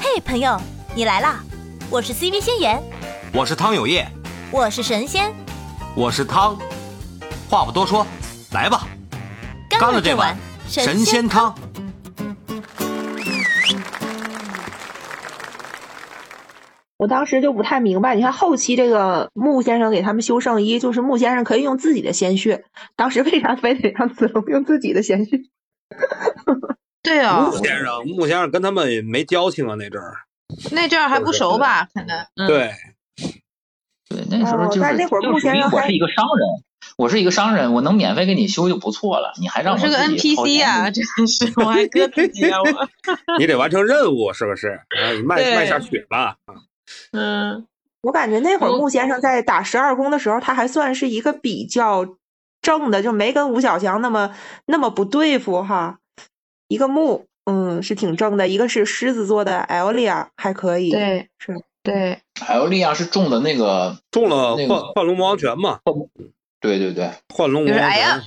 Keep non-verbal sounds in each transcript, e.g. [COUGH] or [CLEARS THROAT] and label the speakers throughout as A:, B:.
A: 嘿，朋友，你来啦！我是 CV 仙言，
B: 我是汤有业，
A: 我是神仙，
B: 我是汤。话不多说，来吧，干了这碗神仙汤。
C: 我当时就不太明白，你看后期这个穆先生给他们修圣衣，就是穆先生可以用自己的鲜血，当时为啥非得让子龙用自己的鲜血？
D: 对啊、
E: 哦，穆先生，穆先生跟他们也没交情啊，那阵儿，
D: 那阵儿还不熟吧？可能、
E: 嗯、对，
F: 对，那时候就是、
C: 哦、那会儿穆先生
F: 我是一个商人，我是一个商人，我能免费给你修就不错了，你还让我
D: 是个 NPC 啊，真是我还割自
E: [LAUGHS]
D: 己啊我，
E: 你得完成任务是不是？你卖卖下血吧。
D: 嗯，
C: 我感觉那会儿穆先生在打十二宫的时候，他还算是一个比较正的，就没跟吴小强那么那么不对付哈。一个穆，嗯，是挺正的；一个是狮子座的艾欧利亚，还可以。
D: 对，
C: 是，
D: 对，
F: 艾欧利亚是中了那个
E: 中了
F: 那
E: 幻
F: 个
E: 幻龙魔王拳嘛？
F: 对对 [LAUGHS] 对，
E: 幻龙魔王拳。
D: 哎呀，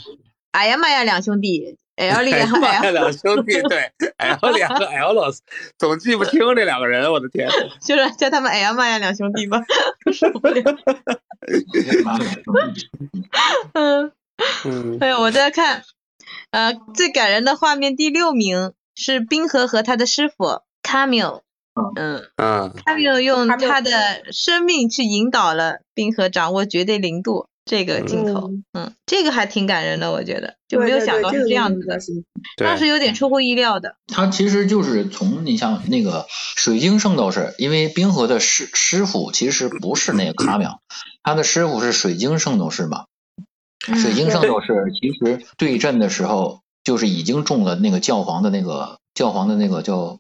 D: 哎呀妈呀，两
E: [LAUGHS]
D: 兄弟，艾欧利亚，
E: 哎呀两兄弟，对，哎艾欧利亚和艾欧罗斯，总记不清这两个人，我的天！
D: 就是叫他们哎呀妈呀两兄弟
E: [LAUGHS]
D: 吧，受不了。嗯
E: 嗯，
D: 哎呀，我在看，呃，最感人的画面第六名是冰河和他的师傅 Camille，嗯
E: 嗯，
D: ，Camille 用他的生命去引导了冰河掌握绝对零度这个镜头，嗯这个还挺感人的，我觉得就没有想到是这样子的，
E: 对嗯
D: 当时有点出乎意料的，
F: 他其实就是从你像那个水晶圣斗士，因为冰河的师师傅其实不是那个卡秒，他的师傅是水晶圣斗士嘛。
E: 嗯
F: 水晶圣斗士其实对阵的时候，就是已经中了那个教皇的那个教皇的那个叫，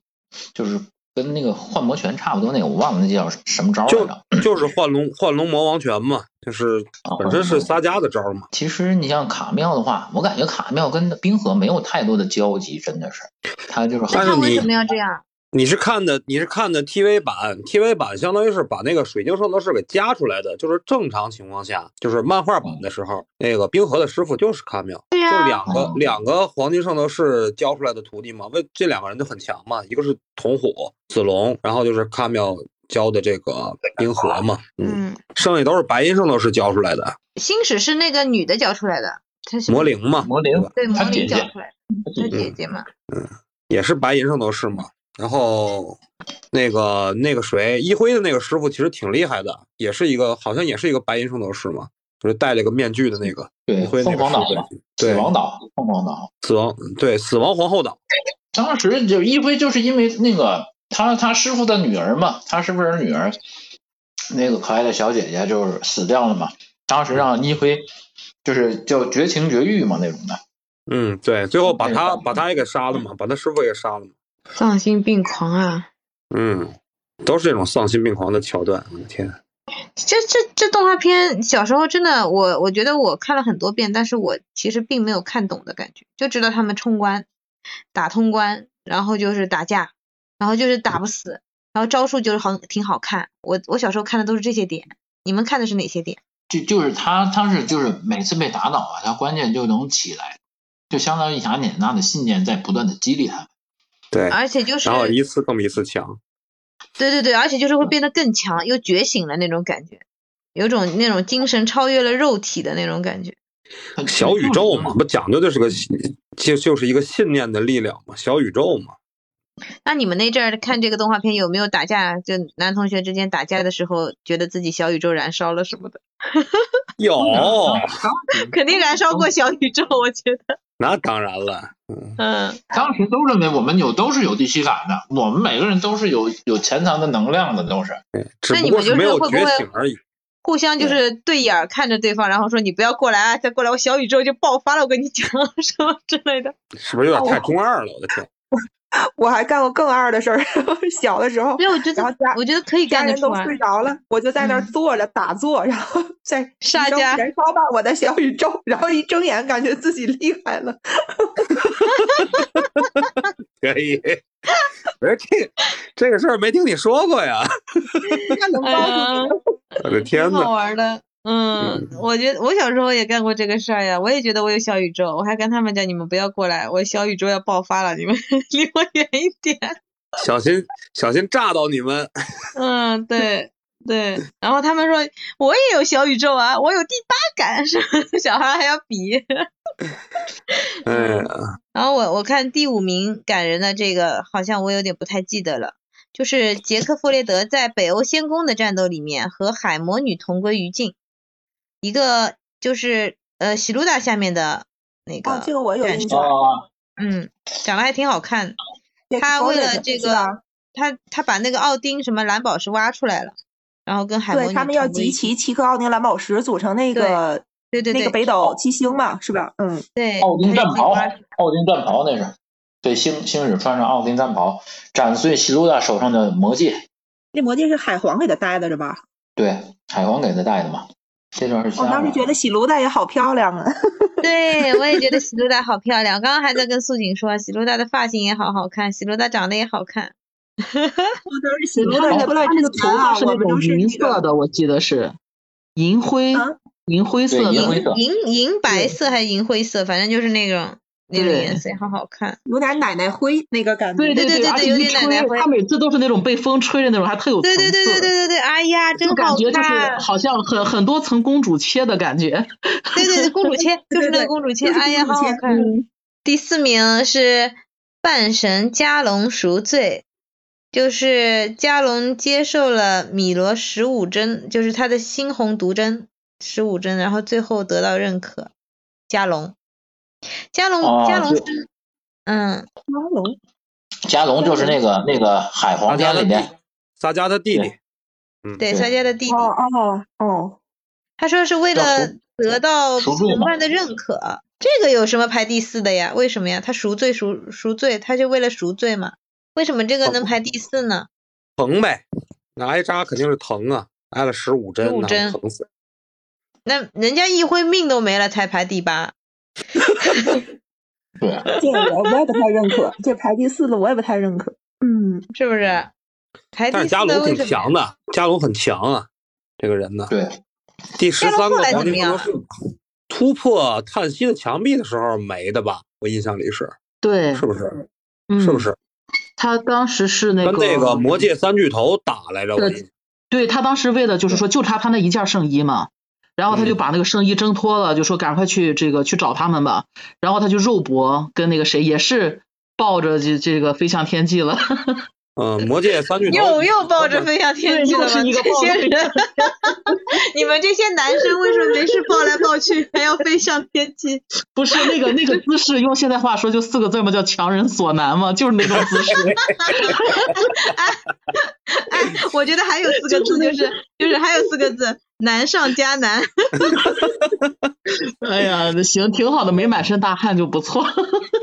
F: 就是跟那个幻魔拳差不多那个，我忘了那叫什么招来
E: 就
F: 着。
E: 就是幻龙幻龙魔王拳嘛，就是本身是撒加的招嘛。
F: 其实你像卡妙的话，我感觉卡妙跟冰河没有太多的交集，真的是，他就是好
E: 但是
D: 那他
E: 你
D: 为什么要这样？
E: 你是看的你是看的 TV 版，TV 版相当于是把那个水晶圣斗士给加出来的，就是正常情况下，就是漫画版的时候，那个冰河的师傅就是卡妙，
D: 对呀
E: 就两个、
F: 嗯
E: 两个黄金圣斗士教出来的徒弟嘛，为这两个人就很强嘛，一个是童虎子龙，然后就是卡妙教的这个冰河嘛，嗯，
D: 嗯，
E: 剩下都是白银圣斗士教出来的，
D: 星矢是那个女的教出来的，她是
E: 魔灵嘛，
F: 嗯魔灵
E: 对吧，
D: 对魔
F: 她
D: 灵
F: 姐
D: 教
F: 姐，
D: 出来
E: 嗯
D: 的，
F: 她姐
D: 她
F: 姐
D: 姐姐嘛，
E: 也是白银圣斗士嘛。然后那个那个谁，一辉的那个师傅其实挺厉害的，也是一个好像也是一个白银圣斗士嘛，就是戴了个面具的那个一辉
F: 对，
E: 那
F: 凤
E: 个
F: 凰
E: 师
F: 岛
E: 傅
F: 嘛，，
E: 对
F: 死亡岛，凤凰岛。
E: 死亡对死亡皇后岛，
F: 当时就一辉就是因为那个他他师傅的女儿嘛，他师傅的女儿，那个可爱的小姐姐就是死掉了嘛。当时让一辉就是叫绝情绝育嘛那种的，
E: 嗯对，最后把他
F: 嗯
E: 把他也给杀了嘛，把他师傅也给杀了嘛，
D: 丧心病狂啊！
E: 嗯，都是这种丧心病狂的桥段，我的天，
D: 这这这动画片，小时候真的我我觉得我看了很多遍，但是我其实并没有看懂的感觉，就知道他们冲关、打通关，然后就是打架，然后就是打不死，然后招数就是很挺好看。我我小时候看的都是这些点，你们看的是哪些点？
F: 就就是他他是就是每次被打倒啊，他关键就能起来，就相当于雅典娜的信念在不断的激励他。
E: 对，
D: 而且就是
E: 然后一次更比一次强，
D: 对对对，而且就是会变得更强，又觉醒了那种感觉，有种那种精神超越了肉体的那种感觉。
F: 他
E: 小宇宙嘛，，不讲究就是个信就就是一个信念的力量嘛，小宇宙嘛，
D: 那你们那阵儿看这个动画片有没有打架？就男同学之间打架的时候，觉得自己小宇宙燃烧了什么的？ [LAUGHS]
E: 有哦
F: 嗯
D: 肯定燃烧过小宇宙，我觉得。
E: 那当然了。
D: 嗯，
F: 当时都认为我们有都是有第七感的，我们每个人都是有有潜藏的能量的，都是。
E: 只
D: 那
E: 不
D: 你
E: 过
D: 们
E: 是
D: 就是
E: 没有
D: 会不
E: 觉
D: 会
E: 醒而已。
D: 互相就是对眼儿看着对方，然后说你不要过来啊，再过来我小宇宙就爆发了，我跟你讲 [LAUGHS] 什么之类的。
E: 是不是有点
D: 哦
E: 太中二了？我的天！
C: 我还干过更二的事儿。 [LAUGHS] 小的时候
D: 因，为我觉得
C: 然后家，
D: 我觉得可以
C: 家
D: 干得
C: 人
D: 出
C: 都
D: 来。
C: 睡着了，我就在那儿坐着打坐，然
D: [LAUGHS]
C: 后在一
D: 沙
C: 声
D: 啊家
C: 燃烧吧我的小宇宙，然后一睁眼感觉自己厉害
D: [LAUGHS]
C: 了。
D: 嗯
E: 可以。 [LAUGHS] 我说这这个事儿没听你说过呀！
D: 嗯，
E: 我的天
D: 挺好
E: 呐，
D: 玩的。嗯，我觉得我小时候也干过这个事儿呀，我也觉得我有小宇 [LAUGHS] 宙，我还跟他们讲你们不要过来，我小宇宙要爆发了，你们离我远一点。
E: 小心小心炸到你们。
D: 嗯，对对。然后他们说我也有小宇宙啊，我有第八感，是吧 [LAUGHS] 小孩还要比。
E: 哎呀，
D: 然后我我看第五名感人的这个，好像我有点不太记得了。就是杰克·弗雷德在北欧仙宫的战斗里面和海魔女同归于尽，一个就是呃喜露达下面的那个，
C: 哦，这个我有
D: 对啊
C: 印象。
F: 哦，
D: 嗯，长得还挺好看的。
C: 也
D: 他
C: 高
D: 为
C: 的
D: 了
C: 人
D: 这
C: 是吧
D: 个，他他把那个奥丁什么蓝宝石挖出来了，然后跟海魔
C: 对
D: 女
C: 他们要
D: 同归于
C: 集
D: 尽，
C: 齐七颗奥丁蓝宝石组成那个
D: 对对
C: 那个
D: 对
C: 北斗七星嘛，是吧？嗯，
D: 对，
F: 奥丁
D: 他
F: 战
D: 就自己
F: 袍，
D: 挖出
F: 奥丁战袍那是。对，星星矢穿上奥丁战袍，斩碎希鲁达手上的魔戒。
C: 那魔戒是海皇给他戴的是吧？
F: 对，海皇给他戴的嘛。这段是
C: 我哦
F: 加
C: 当时觉得喜卢黛也好漂亮 [LAUGHS] 啊，
D: 对，我也觉得喜露达好漂亮。我刚刚还在跟素锦说，喜露达的发型也好好看，喜露达长得也好看。
C: 我当时喜卢
G: 他
C: 黛
G: 那
C: 出来
G: 他
C: 之
G: 那个
C: 前
G: 头
C: 啊
G: 发，是
C: 我
G: 那
C: 们都
G: 种
C: 是
G: 银
C: 那
G: 色
C: 个
G: 的，我记得是银灰
C: 啊，
G: 银灰色
F: 对银灰
G: 的，
F: 色
D: 银银白色还是银灰色，反正就是那种那种
G: 对
D: 颜色，也好好看。
C: 有点奶奶灰那个感觉。
G: 对
D: 对
G: 对
D: 对
G: 而
D: 对
G: 且
D: 有
G: 一
D: 点奶奶
G: 吹，
D: 灰
G: 他每次都是那种被风吹的那种，还特有层
D: 对对
G: 次，
D: 对对对对对，哎呀，真
G: 就感
D: 好
G: 觉就是 [LAUGHS]
D: 看！
G: 好像很很多层公主切的感觉。
D: 对对对，公主切
C: 对
D: 就是那个
C: 对
D: 公主切，
C: 就是
D: 哎呀，
C: 公
D: 好
C: 主
D: 好
C: 切
D: 看。第四名是半神加隆赎罪，就是加隆接受了米罗十五针，就是他的猩红毒针十五针，然后最后得到认可。加隆，加隆，
F: 哦
D: 加隆
F: 对
D: 是，嗯，
C: 加隆，
F: 加隆就是那个那个海
E: 撒
F: 皇
E: 迦
F: 篇
E: 的
F: 里
E: 弟
F: 面，，
E: 撒迦的弟弟
F: 对，
E: 嗯，
D: 对，
F: 对
D: 他家的弟弟，
C: 哦哦哦，
D: 他说是为
F: 叫
D: 了
F: 赎
D: 得到
F: 赎罪
D: 同
F: 嘛
D: 伴的认可，这个有什么排第四的呀？为什么呀？他赎罪赎赎罪，他就为了赎罪嘛。为什么这个能排第四呢？
E: 疼呗，那挨扎肯定是疼啊，挨了十五针，
D: 15
E: 那
D: 针
E: 疼死。
D: 那人家一辉命都没了才排第八，
F: 对，
C: 这个我我也不太认可，这排第四的我也不太认可。嗯，
D: 是不是？排
E: 但
D: 哎第
E: 是加
D: 四
E: 隆
D: 的为
E: 挺
D: 什么
E: 强
D: 呀？
E: 的，加隆很强啊，这个人呢，
F: 对，
E: 第十三
D: 后
E: 个
D: 来
E: 黄
D: 怎
E: 金
D: 么
E: 圣斗
D: 样啊
E: 士突破叹息的墙壁的时候没的吧？我印象里是，
G: 对，
E: 是不是？
G: 嗯
E: 是不？是？
G: 他当时是那
E: 跟
G: 个
E: 那个魔界三巨头打来着，我印象。
G: 对他当时为了就是说就差他那一件圣衣嘛，然后他就把那个圣衣挣脱了，就说赶快去这个去找他们吧。然后他就肉搏跟那个谁也是抱着这这个飞向天际了，
E: 嗯，魔界三巨头
D: 又又抱着飞向天际了吗？
G: 对又是一个
D: 这
G: 抱
D: 些
G: 着
D: 人，你们这些男生为什么没事抱来抱去，还要飞向天际？
G: 不是那个那个姿势，用现代话说就四个字嘛，叫强人所难嘛，就是那种姿势。 [LAUGHS]
D: 哎，我觉得还有四个字，就是就是还有四个字，难上加难。
G: 哎呀，那行，挺好的，没满身大汗就不错。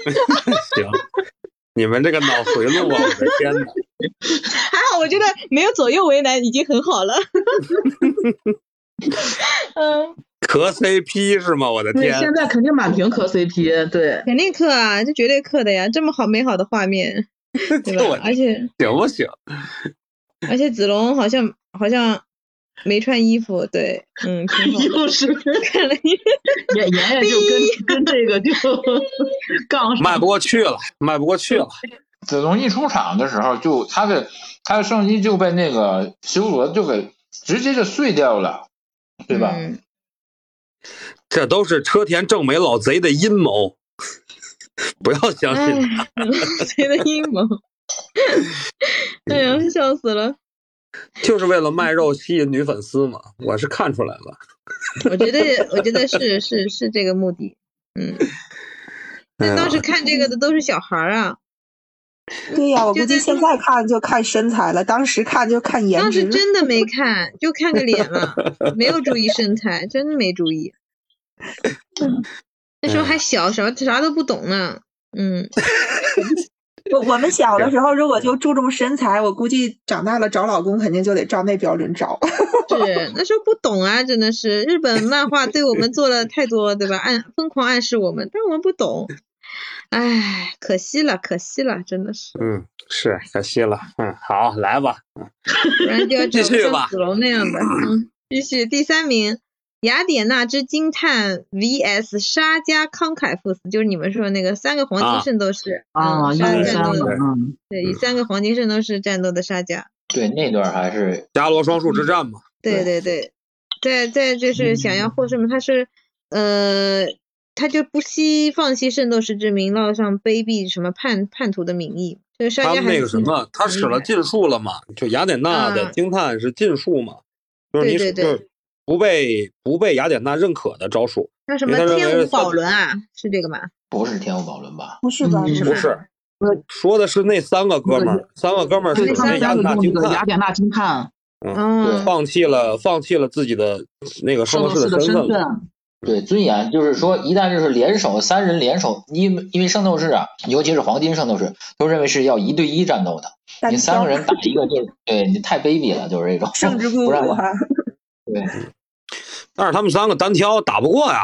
E: [LAUGHS]
G: [LAUGHS]
E: 行，你们这个脑回路啊，我的天哪！
D: 还好，啊我觉得没有左右为难，已经很好了。 [LAUGHS] 嗯，
E: 磕 CP 是吗？我的
G: 对，
E: 天，
G: 现在肯定满屏磕 CP，对。
D: 肯定刻啊，这绝对刻的呀！这么好美好的画面，对
E: 我
D: 吧？而且
E: 行不行？
D: 而且子龙好像好像没穿衣服，对，嗯，挺好的。
G: [LAUGHS] 又是
D: 看了一
G: 妍妍妍就跟跟这个就 [LAUGHS] 杠上
E: 迈不过去了，迈不过去了。
F: 子龙一出场的时候，就他的他的圣衣就被那个修罗就给直接就碎掉了，对吧？
D: 嗯
E: 这都是车田正美老贼的阴谋， [LAUGHS] 不要相
D: 哎
E: 信。，
D: [LAUGHS] 谁的阴谋？哎呀，笑死了！
E: 就是为了卖肉吸引女粉丝嘛，我是看出来了。
D: 我觉得，我觉得是是是这个目的。嗯，但当时看这个的都是小孩儿啊，
C: 对呀，我
D: 就
C: 估计
D: 在
C: 现在看就看身材了，当时看就看颜
D: 当时
C: 值。
D: 真的没看，就看个
C: [LAUGHS]
D: 脸了，没有注意身材，真没注意。那时
C: 嗯
D: 候还小，什么啥都不懂呢。嗯，
C: 我我们小的时候如果就注重身材，我估计长大了找老公肯定就得照那标准找。
D: 是那时候不懂啊，真的是日本漫画对我们做了太多，对吧？暗疯狂暗示我们，但我们不懂。唉，可惜了，可惜了，真的是，
E: 嗯，是可惜了。嗯，好，来吧，
D: 不然就
E: [LAUGHS]
D: 要
E: 继
D: 找
E: 续
D: 不
E: 吧
D: 像子龙那样的。嗯，继续第三名，雅典娜之惊叹 VS 沙加慷慨赴死，就是你们说那个三个黄金
E: 啊
D: 圣斗士
G: 啊，
D: 嗯
G: 一
D: 沙
G: 比
E: 对
D: 战
G: 三
D: 斗
G: 了，
D: 的，
G: 嗯，
D: 对，以三个黄金圣斗士战斗的沙加，
F: 对那段还是
E: 伽罗双树之战嘛，
D: 对对对，在
E: 嗯
D: 在就是想要获胜嘛，他是呃，他就不惜放弃圣斗士之名，烙上卑鄙什么叛叛徒的名义，就是沙
E: 他
D: 加
E: 们
D: 还
E: 那
D: 是
E: 个什
D: 挺
E: 么，他使了禁术了嘛，就雅典娜的
D: 啊
E: 惊叹是禁术嘛，就是你
D: 对对
E: 就是不被不被雅典娜认可的招数，
D: 叫什
E: 因为
D: 么
E: 他认为
D: 天
E: 是
D: 舞宝
E: 三
D: 轮啊，是这个吧？
F: 不是天赋宝轮吧？
H: 不是吧？
G: 嗯
H: 不
G: 是
H: 是
E: 不
H: 吧，
E: 是，说的是那三个哥们儿，三个哥们儿
G: 对
E: 使
G: 他
E: 那
G: 们
E: 雅
G: 三
E: 典
G: 个
E: 娜
G: 用
E: 惊
G: 这个雅
E: 叹，
G: 典娜惊叹
D: 嗯，
E: 放弃了放弃了自己的那个圣斗
G: 圣斗
E: 士的
G: 士的
E: 身
G: 身
E: 份嘛，
G: 份，
F: 对，尊严就是说，一旦就是联手，三人联手，因为因为圣斗士啊，尤其是黄金圣斗士，都认为是要一对一战斗的，
C: 单
F: 你三
C: 挑
F: 个人打一个就是，对你太卑鄙了，就是这种，
C: 胜之不
F: 不让
C: 武
F: 打
C: 哈。
F: 对，
E: 但是他们三个单挑打不过呀，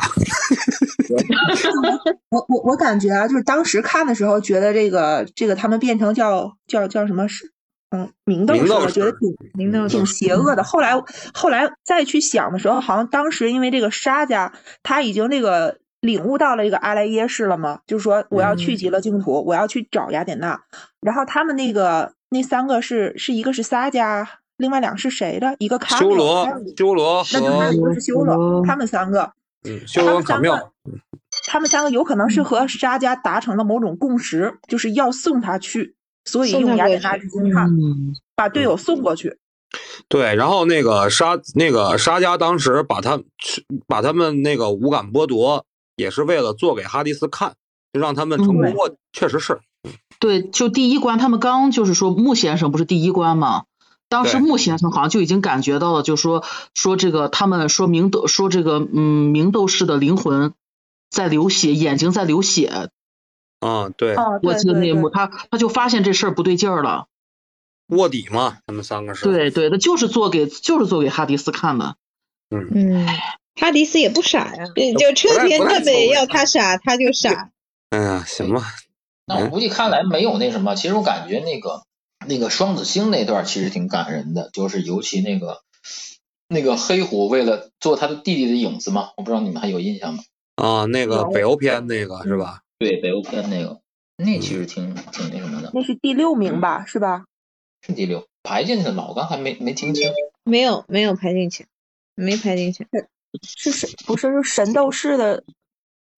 C: 我我我感觉啊，就是当时看的时候，觉得这个这个他们变成叫叫叫什么是嗯明斗
E: 明
C: 士
E: 斗
C: 了，觉得
E: 士
C: 挺
D: 灵斗
C: 挺邪恶的。后来后来再去想的时候，好像当时因为这个沙家他已经那个领悟到了这个阿莱耶式了嘛，就是说我要去
D: 嗯
C: 极乐净土，我要去找雅典娜。然后他们那个那三个是是一个是撒迦，另外两个是谁的？一个卡
E: 修
C: 缪
E: 罗
C: 还有一个
E: 修罗
C: 那就还
E: 和
C: 有一个是修罗，
G: 嗯
C: 他们三个。
E: 嗯修罗和卡妙，
C: 他们三个有可能是和沙家达成了某种共识，就是要送他去，所以
D: 送他
C: 用雅
D: 过
C: 典娜之惊叹
G: 嗯，
C: 把队友送过去。
E: 对，然后那个沙那个沙加当时把他把他们那个五感剥夺，也是为了做给哈迪斯看，就让他们成功
G: 嗯
E: 过，确实是
G: 对，就第一关，他们刚就是说穆先生不是第一关嘛，当时
E: 对
G: 穆先生好像就已经感觉到了，就说说这个他们说明斗说这个嗯明斗士的灵魂在流血，眼睛在流血，
E: 啊、嗯，对，
C: 哦，
G: 我
C: 对
G: 记得那
C: 对
G: 一
C: 对
G: 幕，，他他就发现这事儿不对劲儿了，
E: 卧底嘛，他们三个是，
G: 对对，他就是做给就是做给哈迪斯看的，
E: 嗯，
D: 嗯，哈迪斯也不傻呀，就
E: 不
D: 车
E: 太
D: 田
E: 不太
D: 正
E: 聪
D: 美
E: 明
D: 要他傻，他就傻。
E: 哎呀，行吧，
F: 那我估计看来没有那什么，其实我感觉那个那个双子星那段其实挺感人的，就是尤其那个那个黑虎为了做他的弟弟的影子嘛，我不知道你们还有印象吗？
E: 啊、那个
C: 有
E: 北欧篇那个是吧？
F: 对，北欧篇那个，那其实挺挺那什么的，
C: 那是第六名吧，是吧？
F: 是第六排进去了吗？我刚才没没听清。
D: 没有没有排进去，没排进去。
C: 是神不是是神斗士的，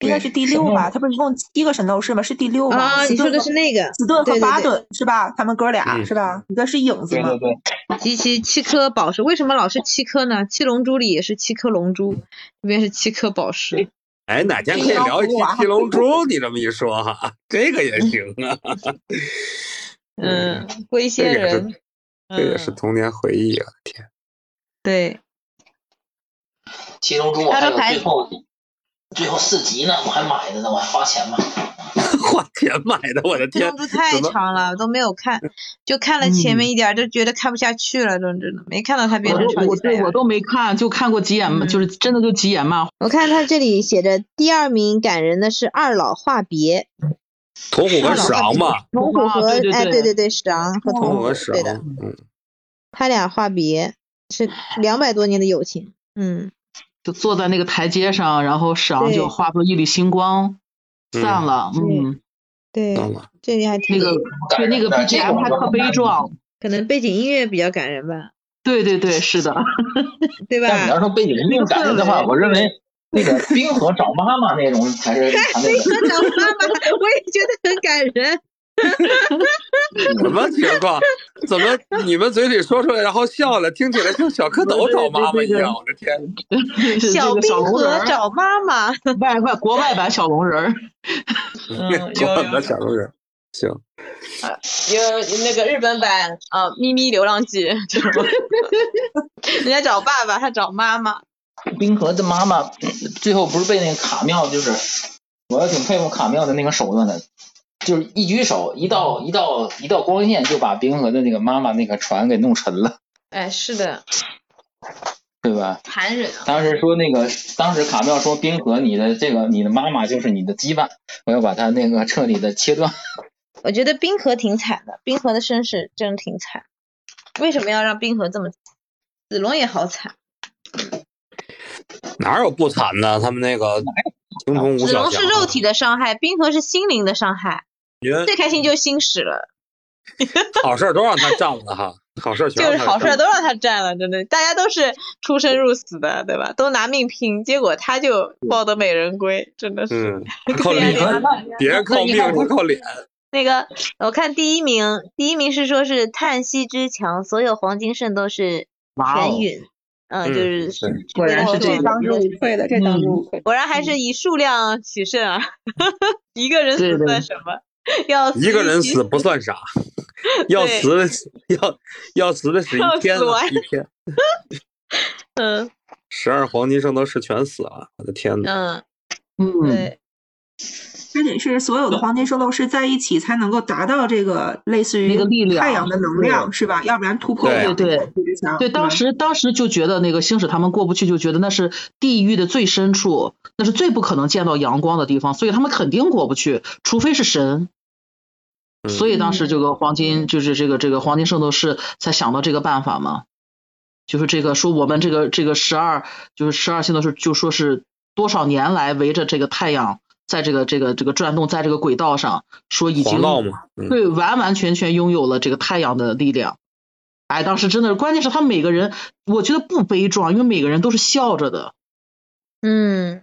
C: 应该
F: 对
C: 是第
F: 神
C: 六
F: 斗
C: 吧？他不是一共七个神斗士吗？是第六吗？
D: 啊，
C: 斯
D: 你说
C: 顿
D: 的
C: 和
D: 是那个
C: 斯顿
D: 对
C: 和
D: 对
C: 巴
D: 对
C: 顿是吧？他们哥俩
E: 嗯
C: 是吧？一个是影子
F: 对
C: 嘛
F: 对，对，
D: 集齐七颗宝石，为什么老是七颗呢？七龙珠里也是七颗龙珠，这边是七颗宝石。
E: 哎，哪天可以聊一期《七龙珠》？你这么一说哈，这个也行啊，
D: 嗯，龟
E: 这
D: 仙
E: 个也是
D: 人，
E: 这也是
D: 嗯，
E: 童年回忆啊！ [LAUGHS] 天，
D: 对，
F: 七龙珠我
D: 他
F: 还
D: 的
F: 有
D: 牌
F: 最后最后四集呢，我还买的呢，我还花钱买。
E: 花钱买的，我的
D: 七
E: 天
D: 龙，珠太
E: 怎么
D: 长了，都没有看，就看了前面一点儿，就觉得看不下去了，真真的没看到他变
G: 我
D: 成超
G: 都
D: 级
G: 我
D: 赛
G: 对
D: 亚
G: 我
D: 人。
G: 都没看，就看过几眼，
D: 嗯
G: 就是真的就几眼漫画，
D: 我看他这里写着第二名感人的是二老话别，
E: 童虎跟史昂嘛，
D: 童虎
G: 啊
D: 和
G: 对对
D: 哎
G: 对
D: 对对对史昂和
E: 童
D: 童
E: 虎
D: 虎
E: 跟史
D: 对的，
E: 昂，嗯，
D: 他俩话别是两百多年的友情，嗯。
G: 就坐在那个台阶上，然后史昂
D: 对
G: 就化作一缕星光散了，
D: 对
G: 嗯，
D: 对
E: 懂，了。
D: 这里还
G: 那
D: 挺，
G: 个对那个
F: 感人的这种
G: BGM 还特悲壮，
D: 可能背景音乐比较感人吧，
G: 对对对，是的，
D: 对
F: 但是你
D: 吧？
F: 要说背景音乐感人的话，我认为那个冰河找妈妈那种才
G: [LAUGHS]
F: 是他那
D: 飞哥
F: 个。
D: 找妈妈，我也觉得很感人。
E: 什么情况？怎么你们嘴里说出来，然后笑了，听起来像小蝌蚪找妈妈一样？我的天！
G: 这
D: 小
G: 个
D: 冰
G: 小龙
D: 河
G: 人儿，
D: 找妈妈，
G: 外外国外版小龙人儿，
D: 嗯，
E: 我 [LAUGHS]
D: 有有
E: 的小路人，行，
D: 有那个日本版啊，呃咪咪流浪记》，知道 [LAUGHS] 吗？人家找爸爸，他找妈妈。
F: 冰河的妈妈最后不是被那个卡妙，就是我要挺佩服卡妙的那个手段的，就是一举手一道一道一道光线就把冰河的那个妈妈那个船给弄沉了，
D: 哎，是的，
F: 对吧？
D: 残忍啊！
F: 当时说那个，当时卡妙说冰河，你的这个你的妈妈就是你的羁绊，我要把它那个彻底的切断。
D: 我觉得冰河挺惨的，冰河的身世真的挺惨。为什么要让冰河这么惨？子龙也好惨，
E: 哪有不惨的？他们那个形同吴
D: 子
E: 小
D: 龙
E: 强啊
D: 是肉体的伤害，冰河是心灵的伤害。
E: 您
D: 最开心就是心使了，
E: 好事儿都让他占了哈，好事儿全
D: 就是
E: 让他
D: 好事
E: 占
D: 儿
E: 了
D: 都让他占了，真的，大家都是出生入死的，对吧？都拿命拼，结果他就抱得美人归，真的是。
E: 嗯，他靠脸
D: 对呀，
E: 别靠命，他靠脸。
D: 那个，我看第一名，第一名是说是叹息之墙，所有黄金圣斗士
G: 哇哦
D: 全陨，嗯，
E: 嗯
D: 就是
E: 是
G: 果然是
C: 这
G: 这嗯
C: 当之
D: 个，
C: 无愧的，这当之无愧。
D: 果然还是以数量取胜啊， [LAUGHS] 一个人
G: 对
D: 死
G: 对
D: 算什么？要死
E: 一个人
D: 起
E: 死不算啥，要死的要要死的是一天
D: 要死
E: 啊
D: 完
E: 一天，
D: 嗯
E: 十二黄金圣斗士全死了，我的天呐，
D: 嗯，
G: 嗯，
D: 对，
C: 这得是所有的黄金圣斗士在一起才能够达到这个类似于
G: 那个力量
C: 太阳的能量，是吧？要不然突破不
E: 对
C: 了
G: 对对
C: 之墙。
G: 对，当时当时就觉得那个星矢他们过不去，就觉得那是地狱的最深处，那是最不可能见到阳光的地方，所以他们肯定过不去，除非是神。
E: 嗯
G: 所以当时这个黄金就是这个这个黄金圣斗士才想到这个办法嘛，就是这个说我们这个这个十二就是十二星斗士就说是多少年来围着这个太阳在这个这个这个转动在这个轨道上，说已经
E: 黄道嘛，嗯，
G: 对，完完全全拥有了这个太阳的力量。哎，当时真的是，关键是他每个人，我觉得不悲壮，因为每个人都是笑着的。
D: 嗯，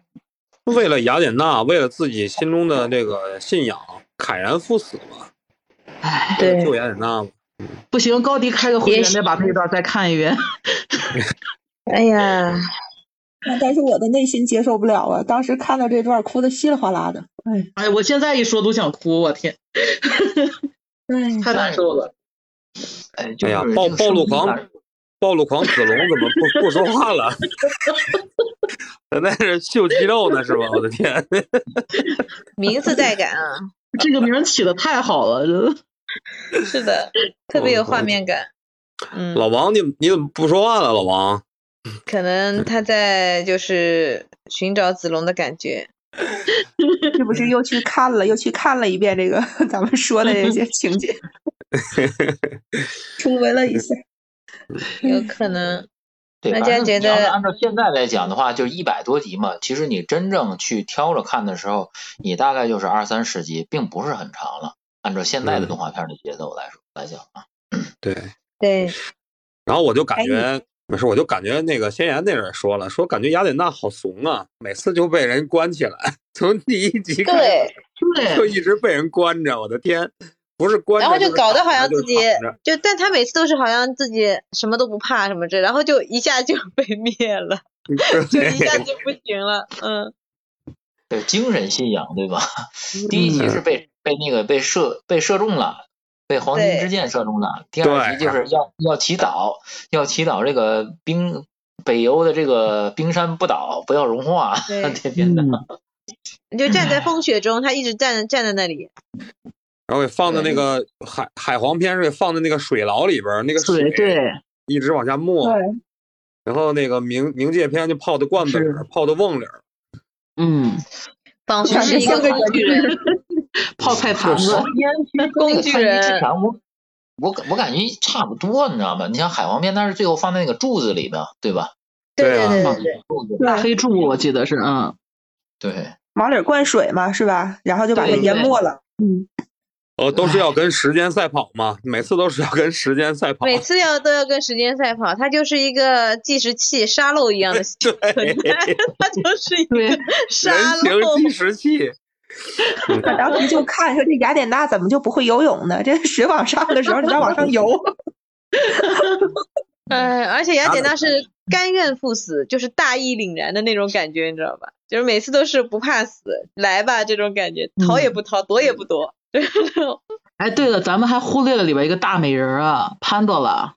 E: 为了雅典娜，为了自己心中的这个信仰，慨然赴死嘛，
G: 哎，
E: 为了救雅典娜嘛，
G: 不行，高迪开个会
D: 也
G: 员
D: 许
G: 再把这段再看一遍。 [LAUGHS]
D: 哎呀，
C: 但是我的内心接受不了啊！当时看到这段，哭的稀里哗啦的。哎，
G: 哎，我现在一说都想哭，
E: [LAUGHS]
G: 我天，
C: 对，
G: 太难受了。
F: 哎，就
E: 哎
F: 是
E: 呀
F: 这，
E: 暴
F: 个
E: 暴露
F: 生命
E: 狂
F: 啊，
E: 暴露狂子龙怎么
D: [LAUGHS]
E: 不不说话了？ [LAUGHS] 在那是秀肌肉呢是吧？我的
D: [LAUGHS]
E: 天，
D: 名字带感啊，
G: 这个名儿起的太好了，真的
D: 是的，特别有画面感。嗯，
E: 老王你你怎么不说话了？老王，
D: 可能他在就是寻找子龙的感觉。
C: 是不是又去看了，又去看了一遍这个 [LAUGHS] 咱们说的这些情节，重温了一下。
E: 嗯
D: 有可能，
F: 对，
D: 大
F: 反
D: 家
F: 正
D: 觉
F: 你要是
D: 得
F: 按照现在来讲的话，就是一百多集嘛。其实你真正去挑着看的时候，你大概就是二三十集，并不是很长了。按照现
E: 嗯
F: 在的动画片的节奏来说来讲啊，
E: 对，
D: 对，
E: 然后我就感
C: 哎
E: 觉没事，我就感觉那个仙岩那人说了，说感觉雅典娜好怂啊，每次就被人关起来， [LAUGHS] 从第一集开始
D: 对，
E: 就
G: 对，嗯
E: 一直被人关着，我的天，不是关着，
D: 然后就是搞得
E: 躺着
D: 好像
E: 就是
D: 自己
E: 躺着
D: 就，但他每次都是好像自己什么都不怕什么这，然后就一下就被灭了，就一下就不行了，嗯，
F: 对精神信仰，对吧？第一集
E: 嗯
F: 是被被那个被射被射中了，被黄金
D: 对
F: 之箭射中了。第二
E: 对
F: 集就是要要祈祷，要祈祷这个冰北欧的这个冰山不倒，不要融化。 [LAUGHS]
D: 对
F: 天天
G: 嗯
F: 的，
D: 就站在风雪中，他一直站站在那里，
E: 然后给放在那个海海皇片是给放在那个水牢里边儿，那个
G: 对对，
E: 一直往下没，
C: 对，
E: 然后那个冥冥界片就泡到罐子里儿，泡到瓮里儿，
G: 嗯，
D: 仿佛
C: 感觉
D: 是一个
C: 像个
D: 工具人， [LAUGHS]
G: 泡菜坛
E: 就是
G: 子，
F: 那
D: 工
F: 个
D: 具
F: 太极之
D: 人，
F: 墙，我我感我感觉差不多，你知道吗？你像海王片，它是最后放在那个柱子里的，对吧？
D: 对
E: 对啊
D: 对对对对，
F: 柱子里
C: 对
G: 黑柱我记得是，嗯，
F: 对，
C: 往里儿灌水嘛，是吧？然后就把它
D: 对
C: 淹
D: 对
C: 没了。嗯，
E: 呃，都是要跟时间赛跑嘛，每次都是要跟时间赛跑，
D: 每次要都要跟时间赛跑，他就是一个计时器沙漏一样 [LAUGHS] 的存在，他就是一
G: 对
D: 个沙
E: 人形
D: 漏，
E: 计时器。嗯
C: 我当时就看说这雅典娜怎么就不会游泳呢？这水往上的时候，你再往上游。
D: 嗯，而且雅
E: 哪
D: 典
E: 里
D: 娜是甘愿赴死，就是大义凛然的那种感觉，你知道吧？就是每次都是不怕死，来吧这种感觉，逃也不逃，躲也不躲。
G: 哎，对了，咱们还忽略了里边一个大美人儿啊，潘多拉，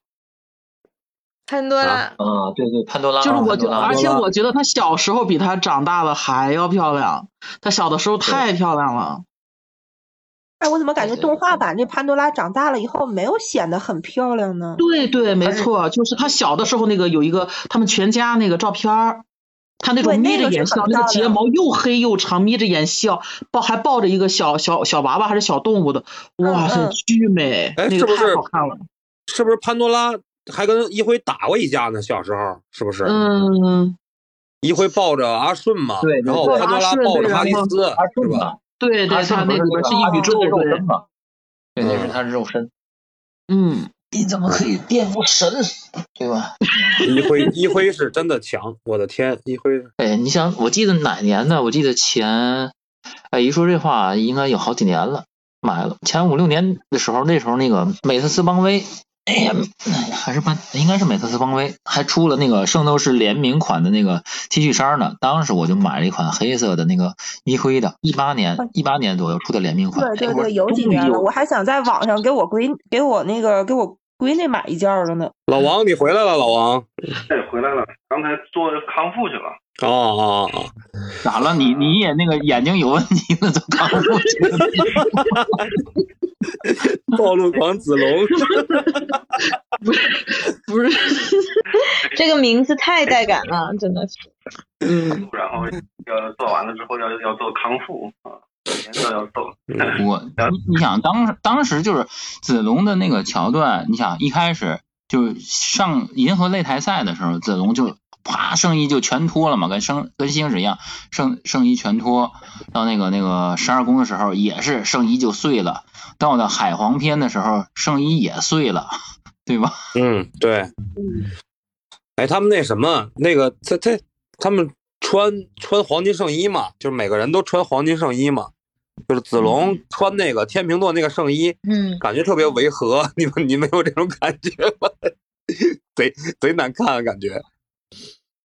D: 潘多拉
E: 啊，
F: 啊，对对，潘多拉，
G: 就是我
F: 潘
G: 觉
F: 多
G: 得，
F: 拉
G: 而且
E: 多拉
G: 我觉得她小时候比她长大了还要漂亮，她小的时候太漂亮了。
C: 哎，我怎么感觉
F: 对对
C: 动画
F: 对
C: 版这潘多拉长大了以后没有显得很漂亮呢？
G: 对对，没错，就是他小的时候那个有一个他们全家那个照片儿，他那
C: 对
G: 种
C: 那
G: 眯着
C: 个是
G: 眼
C: 很
G: 笑，那个
C: 漂
G: 睫
C: 亮
G: 毛又黑又长，眯着眼笑，抱还抱着一个小小小娃娃还是小动物的，哇塞，
C: 嗯
G: 巨美，
E: 哎
G: 那
E: 是
G: 个
E: 不
G: 太
E: 是
G: 好看了。
E: 是不是潘多拉还跟一辉打过一架呢？小时候是不是？
G: 嗯，
E: 一辉抱着阿顺嘛，
F: 对对
E: 然后
F: 对
E: 潘多拉
C: 阿顺
E: 抱着
C: 对
E: 哈迪
C: 然后
E: 斯，
F: 阿
E: 是
F: 顺
E: 吧？
F: 嘛，
G: 对对，
F: 阿
G: 他
F: 顺
G: 那
F: 不
G: 里边是
F: 阿
G: 一
F: 顺
G: 宇宙，
F: 的肉身
G: 对，
F: 嘛，对，那
E: 嗯
F: 是他的肉身。
G: 嗯，
F: 你怎么可以玷污神，对吧？
E: 一辉一辉是真的强，我的天，一辉
F: 哎，你想，我记得哪年呢？我记得前，哎，一说这话应该有好几年了。妈呀，前五六年的时候，那时候那个美特斯邦威，哎呀，哎呀还是曼，应该是美特斯邦威，还出了那个圣斗士联名款的那个 T 恤衫呢。当时我就买了一款黑色的那个一灰的，一八年一八年左右出的联名款。
C: 对对
F: 哎我
C: 对，有几
F: 终于
C: 年了，
F: 有
C: 我还想在网上给我闺给我那个给我闺女买一件儿了呢。
E: 老王你回来了，老王，
H: 哎，回来了，刚才做康复去了。
E: 哦哦哦，
F: 咋了？你你也那个眼睛有问题了，都看不过去了。
E: 暴露狂子龙，
D: 不是，这个名字太带感了，真的是。
G: 嗯，
H: 然后要做完了之后要要做康复啊，每天都要做。
F: 我你你想当时当时就是子龙的那个桥段，你想一开始就是上银河擂台赛的时候，子龙就啪圣衣就全脱了嘛，跟圣跟星矢一样，圣圣衣全脱。到那个那个十二宫的时候，也是圣衣就碎了。到了海皇篇的时候，圣衣也碎了， [LAUGHS] 对吧？
E: [LAUGHS] 嗯，对，哎，他们那什么，那个他他他们穿穿黄金圣衣嘛，就是每个人都穿黄金圣衣嘛，就是子龙穿那个天平座那个圣衣，
D: 嗯，
E: 感觉特别违和， [LAUGHS] 你们你们有这种感觉吗？ [LAUGHS] 贼贼难看的感觉。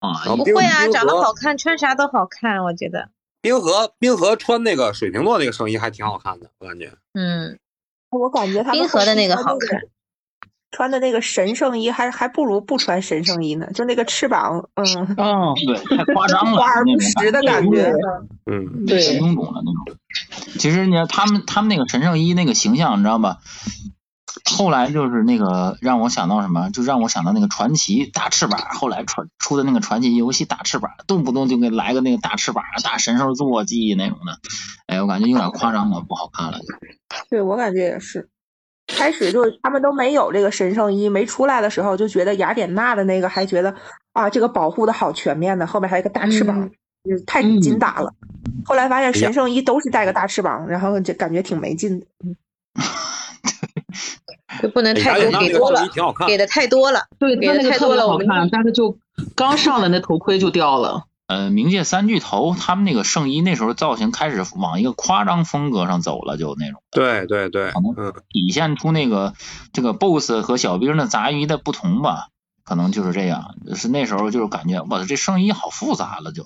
F: 啊，
E: 哦
D: 不
E: 冰
D: 会啊，
E: 冰
D: 长得
E: 河
D: 好看，穿啥都好看，我觉得。
E: 冰河冰河穿那个水瓶座那个圣衣还挺好看的，我感觉。
D: 嗯，
C: 我感觉他们
D: 冰河
C: 会
D: 的那个
C: 穿
D: 好看，
C: 穿的那个神圣衣还还不如不穿神圣衣呢，就那个翅膀，嗯， [LAUGHS]
G: 哦，
F: 对，太夸张了
C: 华而
F: 那
C: 不
F: 种
C: 实的感觉。
E: 嗯，
F: 对，神通种了那种。其实呢，他们他们那个陈圣依那个形象，你知道吗？后来就是那个让我想到什么，就让我想到那个传奇大翅膀，后来传出的那个传奇游戏大翅膀，动不动就给来个那个大翅膀、大神兽坐骑那种的，哎，我感觉有点夸张了，不好看了。
C: 对我感觉也是。开始就是他们都没有这个神圣衣，没出来的时候就觉得雅典娜的那个还觉得啊，这个保护的好全面呢，后面还有一个大翅膀，就是太紧打了。后来发现神圣衣都是带个大翅膀，然后就感觉挺没劲的。
D: 就不能
E: 哎雅
D: 太
E: 典
D: 多，
E: 娜那个圣
D: 给多了
E: 衣，挺好看
D: 给。的太多了。
G: 对，
D: 给
G: 他
D: 的
G: 那个
D: 太
G: 特
D: 多
G: 别
D: 了我
G: 好
D: 们
G: 看，但是就刚上来那头盔就掉了，
F: 呃，冥界三巨头他们那个圣衣那时候造型开始往一个夸张风格上走了，就那种
E: 对对对
F: 好吗，
E: 嗯，
F: 体现出那个这个 BOSS 和小兵的杂鱼的不同吧，可能就是这样。就是那时候就是感觉，哇，这圣衣好复杂了，就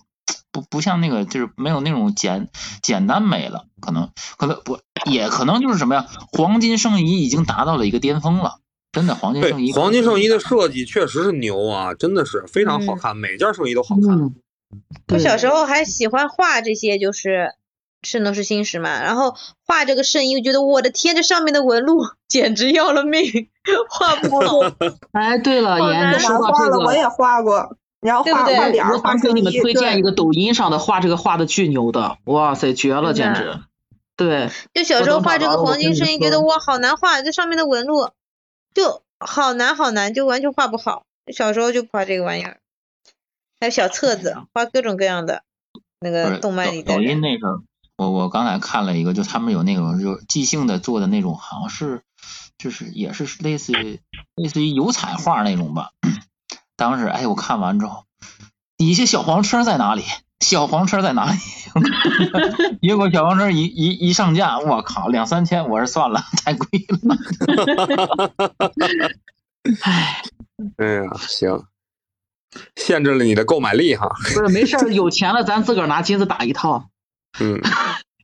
F: 不不像那个就是没有那种简简单美了，可能可能不也可能就是什么呀？黄金圣衣已经达到了一个巅峰了，真的黄金
E: 对
F: 圣衣，，
E: 黄金圣衣的设计确实是牛啊，真的是非常好看，每件圣衣都好看。
G: 嗯，
D: 我
G: 对
D: 小
F: 嗯
D: 时候还喜欢画这些，就是圣斗士星矢嘛，然后画这个圣衣，我觉得我的天，这上面的纹路简直要了命，画不
F: [LAUGHS]
D: 好。
G: 哎，对了，
D: 好
G: 妍，
D: 难
G: 你说到
C: 画
G: 这
C: 了，我
G: 个。
C: 也画过，然后
D: 对不
C: 画
D: 对
C: 画脸儿
G: 我
C: 画
G: 想给
C: 圣
G: 你们
C: 衣，
G: 推荐一
C: 对，
G: 个抖音上的画这个画的巨牛的，哇塞，绝了，
D: 真
G: 简
D: 的
G: 直！对，
D: 就小时候画这个黄金圣衣，觉得哇好难画，这上面的纹路就好难好难，就完全画不好。小时候就画这个玩意儿，还有小册子，画各种各样的那
F: 不
D: 个
F: 是
D: 动漫里
F: 哎抖
D: 的
F: 抖音
D: 人。
F: 那个，我我刚才看了一个，就他们有那种就是即兴的做的那种，好像是就是也是类似于类似于油彩画那种吧。 [CLEARS THROAT] 当时哎，我看完之后，底下小黄车在哪里？小黄车在哪里？ [LAUGHS] 结果小黄车一一一上架，我靠，两三千，我说算了，太贵了。
G: 唉，
E: 哎呀，行，限制了你的购买力哈。
G: 不是没
C: [LAUGHS]
G: 事儿，有钱了咱自个儿拿金子打一套，
E: 嗯，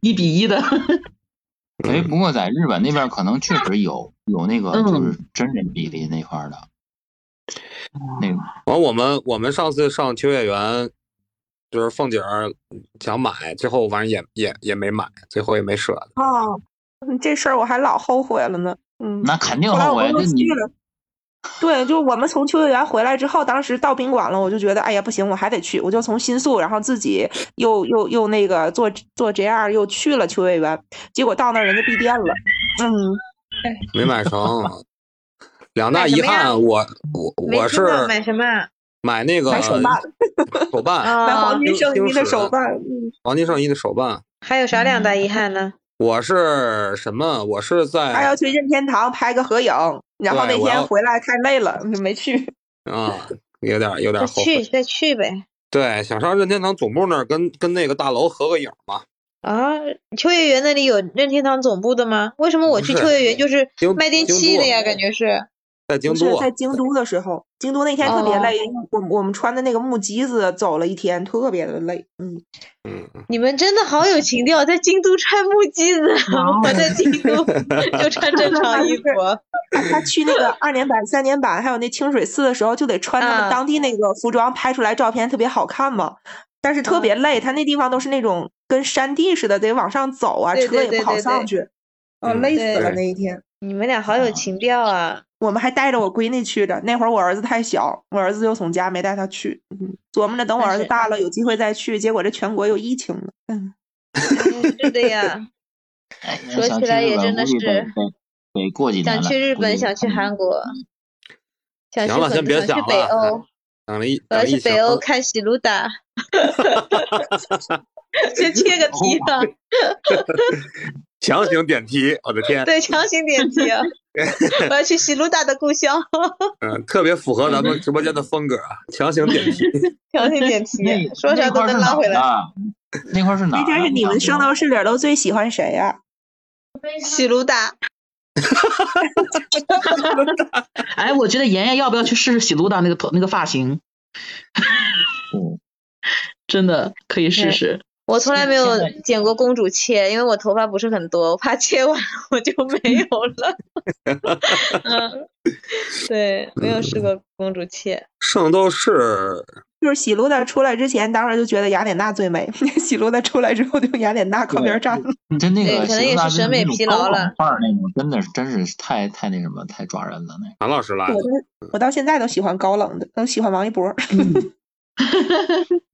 G: 一比一的。 [LAUGHS]
F: 哎，不过在日本那边可能确实有有那个
G: 嗯
F: 就是真人比例那块儿的，那个
E: 完我们我们上次上秋叶原，就是凤姐儿想买，最后完也也也没买，最后也没舍得。
C: 啊，嗯这事儿我还老后悔了呢。嗯，
F: 那肯定
C: 后来
F: 后
C: 我
F: 悔。
C: 们
F: 这
C: 又
F: 你
C: 去了。对，就我们从秋叶原回来之后，当时到宾馆了，我就觉得，哎呀，不行，我还得去，我就从新宿，然后自己又又又那个坐坐 JR 又去了秋叶原，结果到那儿人家闭店了，
F: [LAUGHS]
C: 嗯，
E: 没买成。两大
D: 买什
E: 遗
D: 么呀
E: 憾，我我
D: 没
E: 我
D: 听
E: 是
D: 到买什么啊？
E: 买那个
C: 买手办，啊
E: 手办，
C: 买
F: 啊
C: 黄
E: 金
C: 金圣衣的
E: 金
C: 手
E: 饰
C: 办，嗯
E: 黄金圣衣的手办。
D: 还有啥两大
F: 嗯
D: 遗憾呢？
E: 我是什么？我是在
C: 还要去任天堂拍个合影，然后那
E: 哎对我
C: 天
E: 要
C: 回来太累了就没去。
E: 啊，有点有点
D: 再
E: 后悔
D: 去。再去呗。
E: 对，想上任天堂总部那儿跟跟那个大楼合个影嘛，
D: 啊，秋叶原那里有任天堂总部的吗？为什么我
E: 不
D: 去
E: 是
D: 秋叶原就是
E: 京
D: 卖电
E: 京
D: 器
E: 都啊
D: 的呀？
E: 嘛
D: 感觉是
E: 在京
C: 不是
E: 都啊
C: 在京都的时候，京都那天特别
D: 哦
C: 累，我我们穿的那个木屐子走了一天，特别的累。嗯，
E: 嗯，
D: 你们真的好有情调，在京都穿木屐子，
F: 哦
D: 我在京
E: [LAUGHS]
D: 都就穿正常
F: [LAUGHS]
D: 衣服。
C: 他他去那个二年版、三年版，还有那清水寺的时候，就得穿他
D: 啊
C: 们当地那个服装，拍出来照片特别好看嘛。但是特
D: 嗯
C: 别累，他那地方都是那种跟山地似的，得往上走啊，
D: 对
C: 车
D: 对
C: 也不好
D: 对对
C: 上
D: 对
C: 去，哦，
E: 嗯
C: 累死
D: 对
C: 了那一天。
D: 你们俩好有情调啊！
C: 我们还带着我闺女去的，那会儿我儿子太小，我儿子又从家没带他去，嗯琢磨着等我
D: 但
C: 儿子
D: 是
C: 大了有机会再去，结果这全国有疫情了。嗯，
D: 嗯是的
F: [LAUGHS]
D: 呀，说
F: 哎想
D: 起
F: 去
D: 来
F: 日
D: 也
F: 本
D: 真的
F: 估计
D: 是
F: 得得得过几年
D: 想
F: 了
D: 去日
F: 估
D: 本，
F: 计
D: 想去
F: 嗯
D: 韩国，想去
E: 行了
D: 很
E: 先
D: 多，
E: 别
D: 想去
E: 想
D: 北
E: 了啊
D: 欧，
E: 等了一
D: 我
E: 等
D: 要
E: 了
D: 去
E: 一
D: 呃北
E: 宿
D: 欧看喜鲁
F: [LAUGHS]
D: 达。先切个题啊，
F: 哦
E: 强行点题，我的天，
D: 啊 [LAUGHS] 对，强行点题
F: [LAUGHS]
D: 啊！我要去喜鲁达的故乡，
E: 嗯，特别符合咱们直播间的风格啊，强行点题，
D: 强行点题
F: 那，
D: 说啥
F: 那
D: 都
F: 块儿是
D: 能
F: 哪
D: 拉
F: 儿啊
D: 回来。
F: 的？那块儿是哪儿
C: 这
F: 的？
C: 真是你们圣
F: 生
C: 斗士里儿都最喜欢谁呀、
D: 喜鲁达，
G: 哎，我觉得妍妍要不要去试试喜鲁达那个头那个发型？真的可以试试。
D: 我从来没有
F: 现在
D: 剪过公主切，因为我头发不是很多，我怕切完我就没有
F: [LAUGHS]
D: 了。嗯，对，没有试过公主切。
E: 圣斗士
C: 就是喜露达出来之前，当时就觉得雅典娜最美。 [LAUGHS] 喜露达出来之后，就雅典娜靠边站了。
F: 他那
D: 对
F: 个
D: 可能
F: 喜
D: 也是
F: 欢大
D: 审
F: 师
D: 美
F: 那种
D: 疲
F: 高
D: 劳
F: 冷
D: 了
F: 范儿那种，真的是真是太太那什么，太抓人了那个。
E: 韩老师来
C: 我
E: 了，
C: 到我到现在都喜欢高冷的，都喜欢王一博。 [LAUGHS]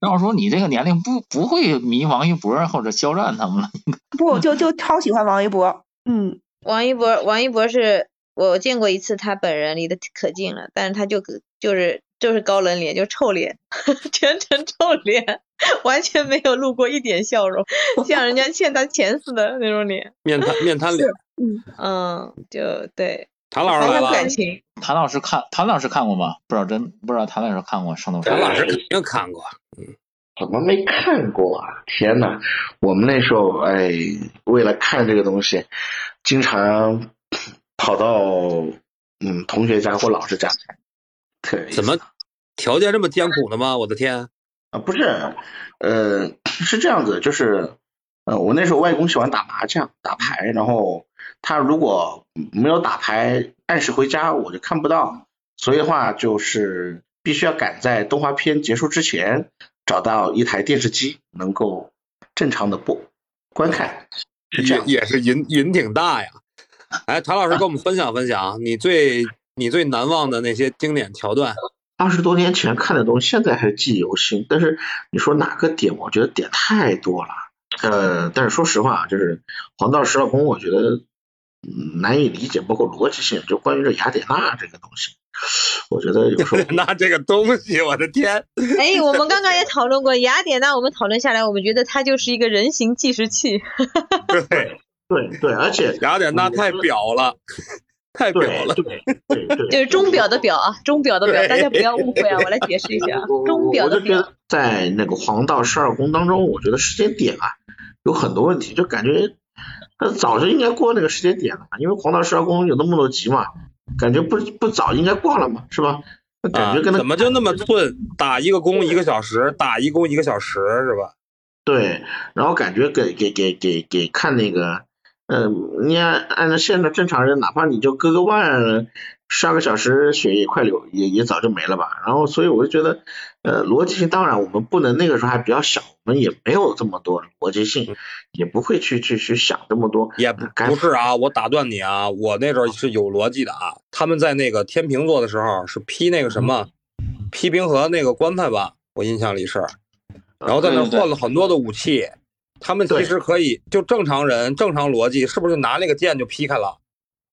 F: 要说你这个年龄不不会迷王一博或者肖战他们了，
C: 不，就就超喜欢王一博。嗯，
D: 王一博，王一博是我见过一次他本人，离得可近了，但是他就跟就是就是高冷脸，就臭脸， [LAUGHS] 全程臭脸，完全没有露过一点笑容，像人家欠他钱似的那种脸。
E: 面瘫面瘫脸，
D: 嗯，就对，
E: 谭老师
D: 毫
E: 来
D: 无
E: 了，
D: 感情。
F: 谭老师看谭老师看过吗？不知道真不知道谭老师看过《圣斗士》
E: 谭老师肯定看过，
I: 怎么没看过啊？天哪！我们那时候哎，为了看这个东西，经常跑到嗯同学家或老师家，特有意思
E: 怎么条件这么艰苦的吗？我的天，
I: 啊？不是，呃，是这样子，就是呃，我那时候外公喜欢打麻将、打牌，然后他如果没有打牌按时回家，我就看不到，所以的话就是必须要赶在动画片结束之前找到一台电视机能够正常的播观看，是这
E: 也
I: 样。
E: 也是瘾瘾挺大呀。哎，谭老师跟我们分享分享啊你最你最难忘的那些经典桥段， [LAUGHS]
I: 二十多年前看的东西，现在还记忆犹新。但是你说哪个点，我觉得点太多了。呃，但是说实话，就是黄道十二宫，我觉得嗯难以理解，包括逻辑性。就关于这雅典娜这个东西，我觉得有时候
E: [LAUGHS] 那这个东西，我的天，
D: 哎，我们刚刚也讨论过雅典娜，我们讨论下来，我们觉得它就是一个人形计时器。
E: 对，
I: 对对，而且
E: [LAUGHS] 雅典娜太表了， [LAUGHS] 太表
I: 对
E: 了，
I: 对对对，
D: [LAUGHS] 就是钟表的表啊，钟表的表，
E: 对
D: 大家不要误会啊，我来解释一下啊，
I: 我
D: 钟表
I: 我
D: 的
I: 就觉
D: 表，
I: 得在那个黄道十二宫当中，我觉得时间点啊有很多问题，就感觉呃早就应该过那个时间点了，因为黄道十二宫有那么多集嘛，感觉不不早应该过了嘛，是吧？那感
E: 啊
I: 觉跟，那、
E: 怎么就那么寸？打一个工一个小时，打一工一个小时是吧？
I: 对，然后感觉给给给给给看那个，嗯、你按按照现在正常人，哪怕你就割个腕，十二个小时血也快流，也也早就没了吧。然后所以我就觉得，呃，逻辑性当然我们不能那个时候还比较小，我们也没有这么多逻辑性，也不会去去去想这么多。
E: 也不
I: 该
E: 不是啊，我打断你啊，我那时候是有逻辑的啊。他们在那个天平座的时候是批那个什么，
I: 嗯
E: 批冰河那个棺材吧，我印象里是，
I: 啊
E: 然后在那
I: 呃
F: 对对对
E: 换了很多的武器。他们其
I: 对
E: 实可以，就正常人正常逻辑，是不是拿那个剑就劈开了？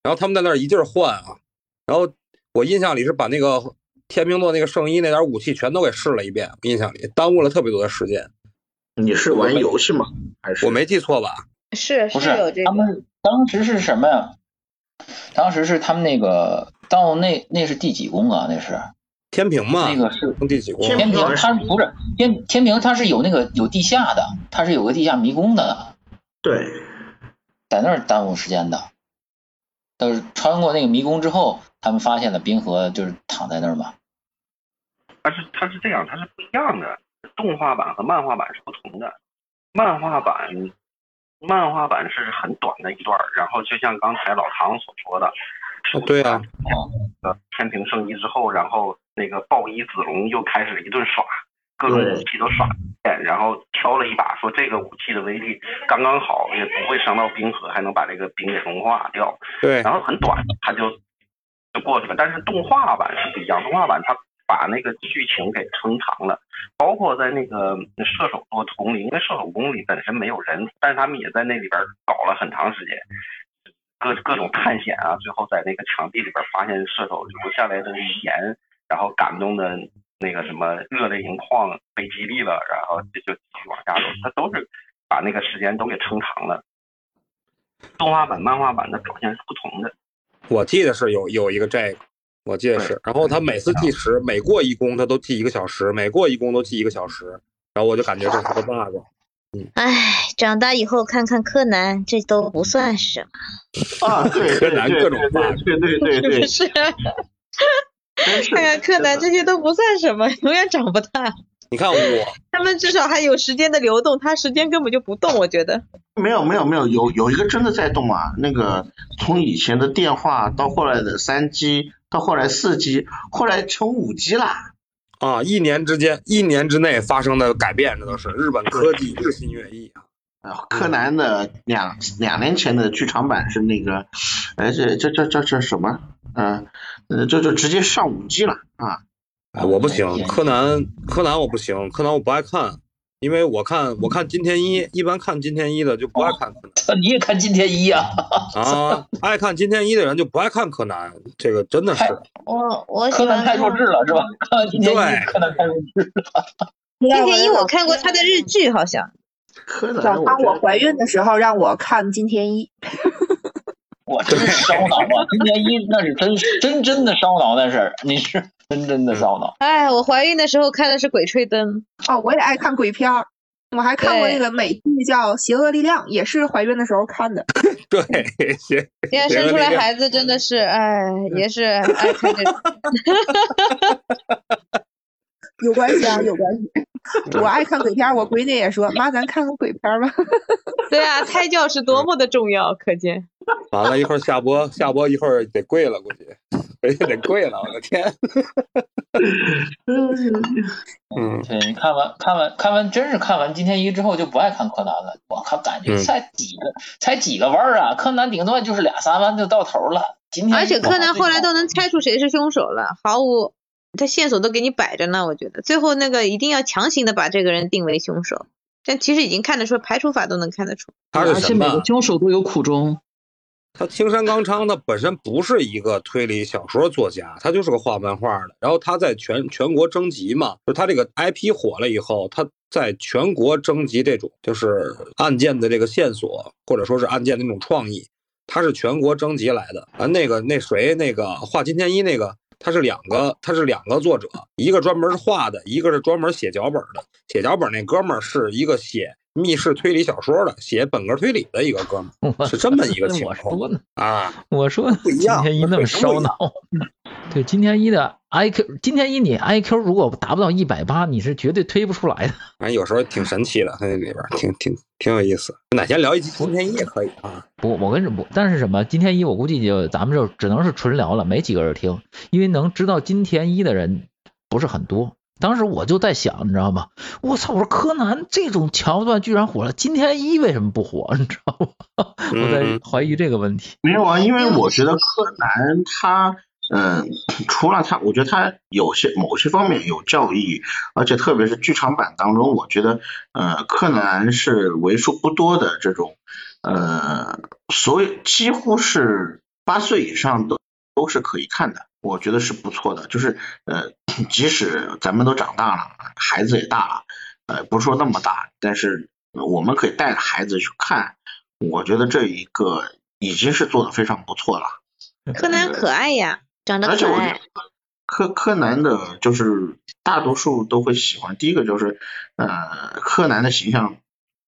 E: 然后他们在那儿一劲儿换啊，然后我印象里是把那个天秤座那个圣衣那点武器全都给试了一遍，我印象里耽误了特别多的时间。
I: 你是玩游戏吗？还是
E: 我没记错吧？
D: 是
F: 不
D: 是有这
F: 他
D: 个，
F: 们当时是什么呀？当时是他们那个到那那是第几宫啊？那是
E: 天平嘛，
F: 那个是
E: 第几宫？
I: 天
F: 天平
I: 平，
F: 它不是天天平，它是有那个有地下的，它是有个地下迷宫的，
E: [LAUGHS]
I: 对，
F: 在那儿耽误时间的。但是穿过那个迷宫之后，他们发现了冰河就是躺在那儿嘛。 [LAUGHS]
H: 它是它是这样，它是不一样的。动画版和漫画版是不同的。漫画版，漫画版是很短的一段儿，然后就像刚才老唐所说的，
E: 啊对啊，
H: 呃，天平圣衣之后，然后那个暴衣子龙又开始一顿耍，各种武器都耍了一遍，然后挑了一把，说这个武器的威力刚刚好，也不会伤到冰河，还能把这个冰给融化掉。
E: 对
H: 然后很短，他就就过去了。但是动画版是不一样，动画版它把那个剧情给撑长了，包括在那个射手座丛林，因为射手宫里本身没有人，但是他们也在那里边搞了很长时间，各各种探险啊，最后在那个墙壁里边发现射手留下来的遗言，然后感动的那个什么热泪盈眶，被激励了，然后就就继续往下走，他都是把那个时间都给撑长了。动画版、漫画版的表现是不同的。
E: 我记得是有有一个这个，我记得是
H: 对。
E: 然后他每次计时，每过一宫他都记一个小时，每过一宫都记一个小时。然后我就感觉这是个 bug。
J: 唉，长大以后看看柯南，这都不算什么。
I: 啊，对
E: 柯
I: 对
E: 南
I: 对
E: 各种
I: 对
E: 发
I: 对对对对
D: 不 [LAUGHS]
I: 对，
D: 是？
I: 真是
D: 看看柯南这些都不算什么，永远长不大。
E: 你看我，
D: 他们至少还有时间的流动，他时间根本就不动，我觉得。
I: 没有没有没有，有有一个真的在动啊，那个从以前的电话到后来的三 G，到后来四 G，后来成五 G 啦。
E: 啊，一年之间，一年之内发生的改变，这都是日本科技日新月异啊。
I: 啊，柯南的两两年前的剧场版是那个，哎，这这这这这什么？呃，呃，这就直接上五 G 了啊！
E: 哎，我不
F: 嗯
E: 行，柯南，柯南我不行，柯南我不爱看，因为我看我看金田一，一般看金田一的就不爱看柯
F: 你也看金田一啊？
E: 南啊，爱看金田一的人就不爱看柯南，这个真的是
F: 太
J: 我我喜
F: 柯南
J: 欢
F: 太弱智
J: 看
F: 了是吧？看完金田
E: 对
F: 一，柯南太弱智。
D: 今天一我看过他的日剧，好像
I: 柯
C: 老
I: 南，
C: 当
I: 我
C: 我怀孕的时候让我看金田一，
F: 我真是烧脑啊！金田一那是真真真的烧脑，那是你是真真的烧脑。
D: 哎，我怀孕的时候看的是《鬼吹灯
C: 哦，我也爱看鬼片儿，我还看过那
D: 对
C: 个美剧叫《邪恶力量》，也是怀孕的时候看的。
E: 对，行，》，
D: 现在生出来孩子真的是，哎，也是爱看这种。
C: 有关系啊，有关系。我爱看鬼片儿，我闺女也说：“妈，咱看个鬼片儿吧。
D: [LAUGHS] 对啊，胎教是多么的重要，可见。
E: 完了，一会儿下播，下播一会儿得跪了，估计 [LAUGHS] 回去得跪了，我的天，嗯，
F: 对你看完看完看完，真是看完金田一之后就不爱看柯南了。我靠，感觉
E: 嗯
F: 才几个、才几个弯儿啊！柯南顶多就是俩三弯就到头了。
E: 嗯
F: 今天
D: 而且柯南后来都能猜出谁是凶手了，毫无他线索都给你摆着呢。我觉得最后那个一定要强行的把这个人定为凶手，但其实已经看得出排除法都能看得出。
E: 他
G: 而
E: 是
G: 且
E: 什
G: 每个
E: 么？
G: 凶手都有苦衷。
E: 他青山刚昌，他本身不是一个推理小说作家，他就是个画漫画的。然后他在全全国征集嘛，就他这个 IP 火了以后，他在全国征集这种就是案件的这个线索，或者说是案件的那种创意，他是全国征集来的。啊，那个那谁那个画金田一那个，他是两个他是两个作者，一个专门是画的，一个是专门写脚本的。写脚本那哥们儿是一个写密室推理小说的，写本格推理的一个哥们儿，是这么
F: [LAUGHS]
E: 一个情
K: 我
E: 况
K: 说呢，
E: 啊。
K: 我说
E: 不一
K: 今
E: 样
K: 天一那么烧脑，对，今天一的 IQ，今天一你 IQ 如果达不到一百八，你是绝对推不出来的。
E: 反正有时候挺神奇的，它那里边儿挺挺挺有意思。哪天聊一集今天也可以啊。
K: 不，我跟我但是什么，今天一我估计就咱们就只能是纯聊了，没几个人听，因为能知道今天一的人不是很多。当时我就在想，你知道吗？我操！我说柯南这种桥段居然火了，今天一为什么不火？你知道吗？ [LAUGHS] 我在
E: 嗯
K: 怀疑这个问题。
I: 没有啊，因为我觉得柯南他，嗯，除了他，我觉得他有些某些方面有教育意义，而且特别是剧场版当中，我觉得，呃，柯南是为数不多的这种，呃，所有几乎是八岁以上都都是可以看的，我觉得是不错的。就是呃，即使咱们都长大了，孩子也大了，呃，不是说那么大，但是我们可以带着孩子去看，我觉得这一个已经是做的非常不错了。
D: 柯南可爱呀，长得
I: 而且
D: 可
I: 我觉得
D: 爱。
I: 柯柯南的，就是大多数都会喜欢。第一个就是，呃，柯南的形象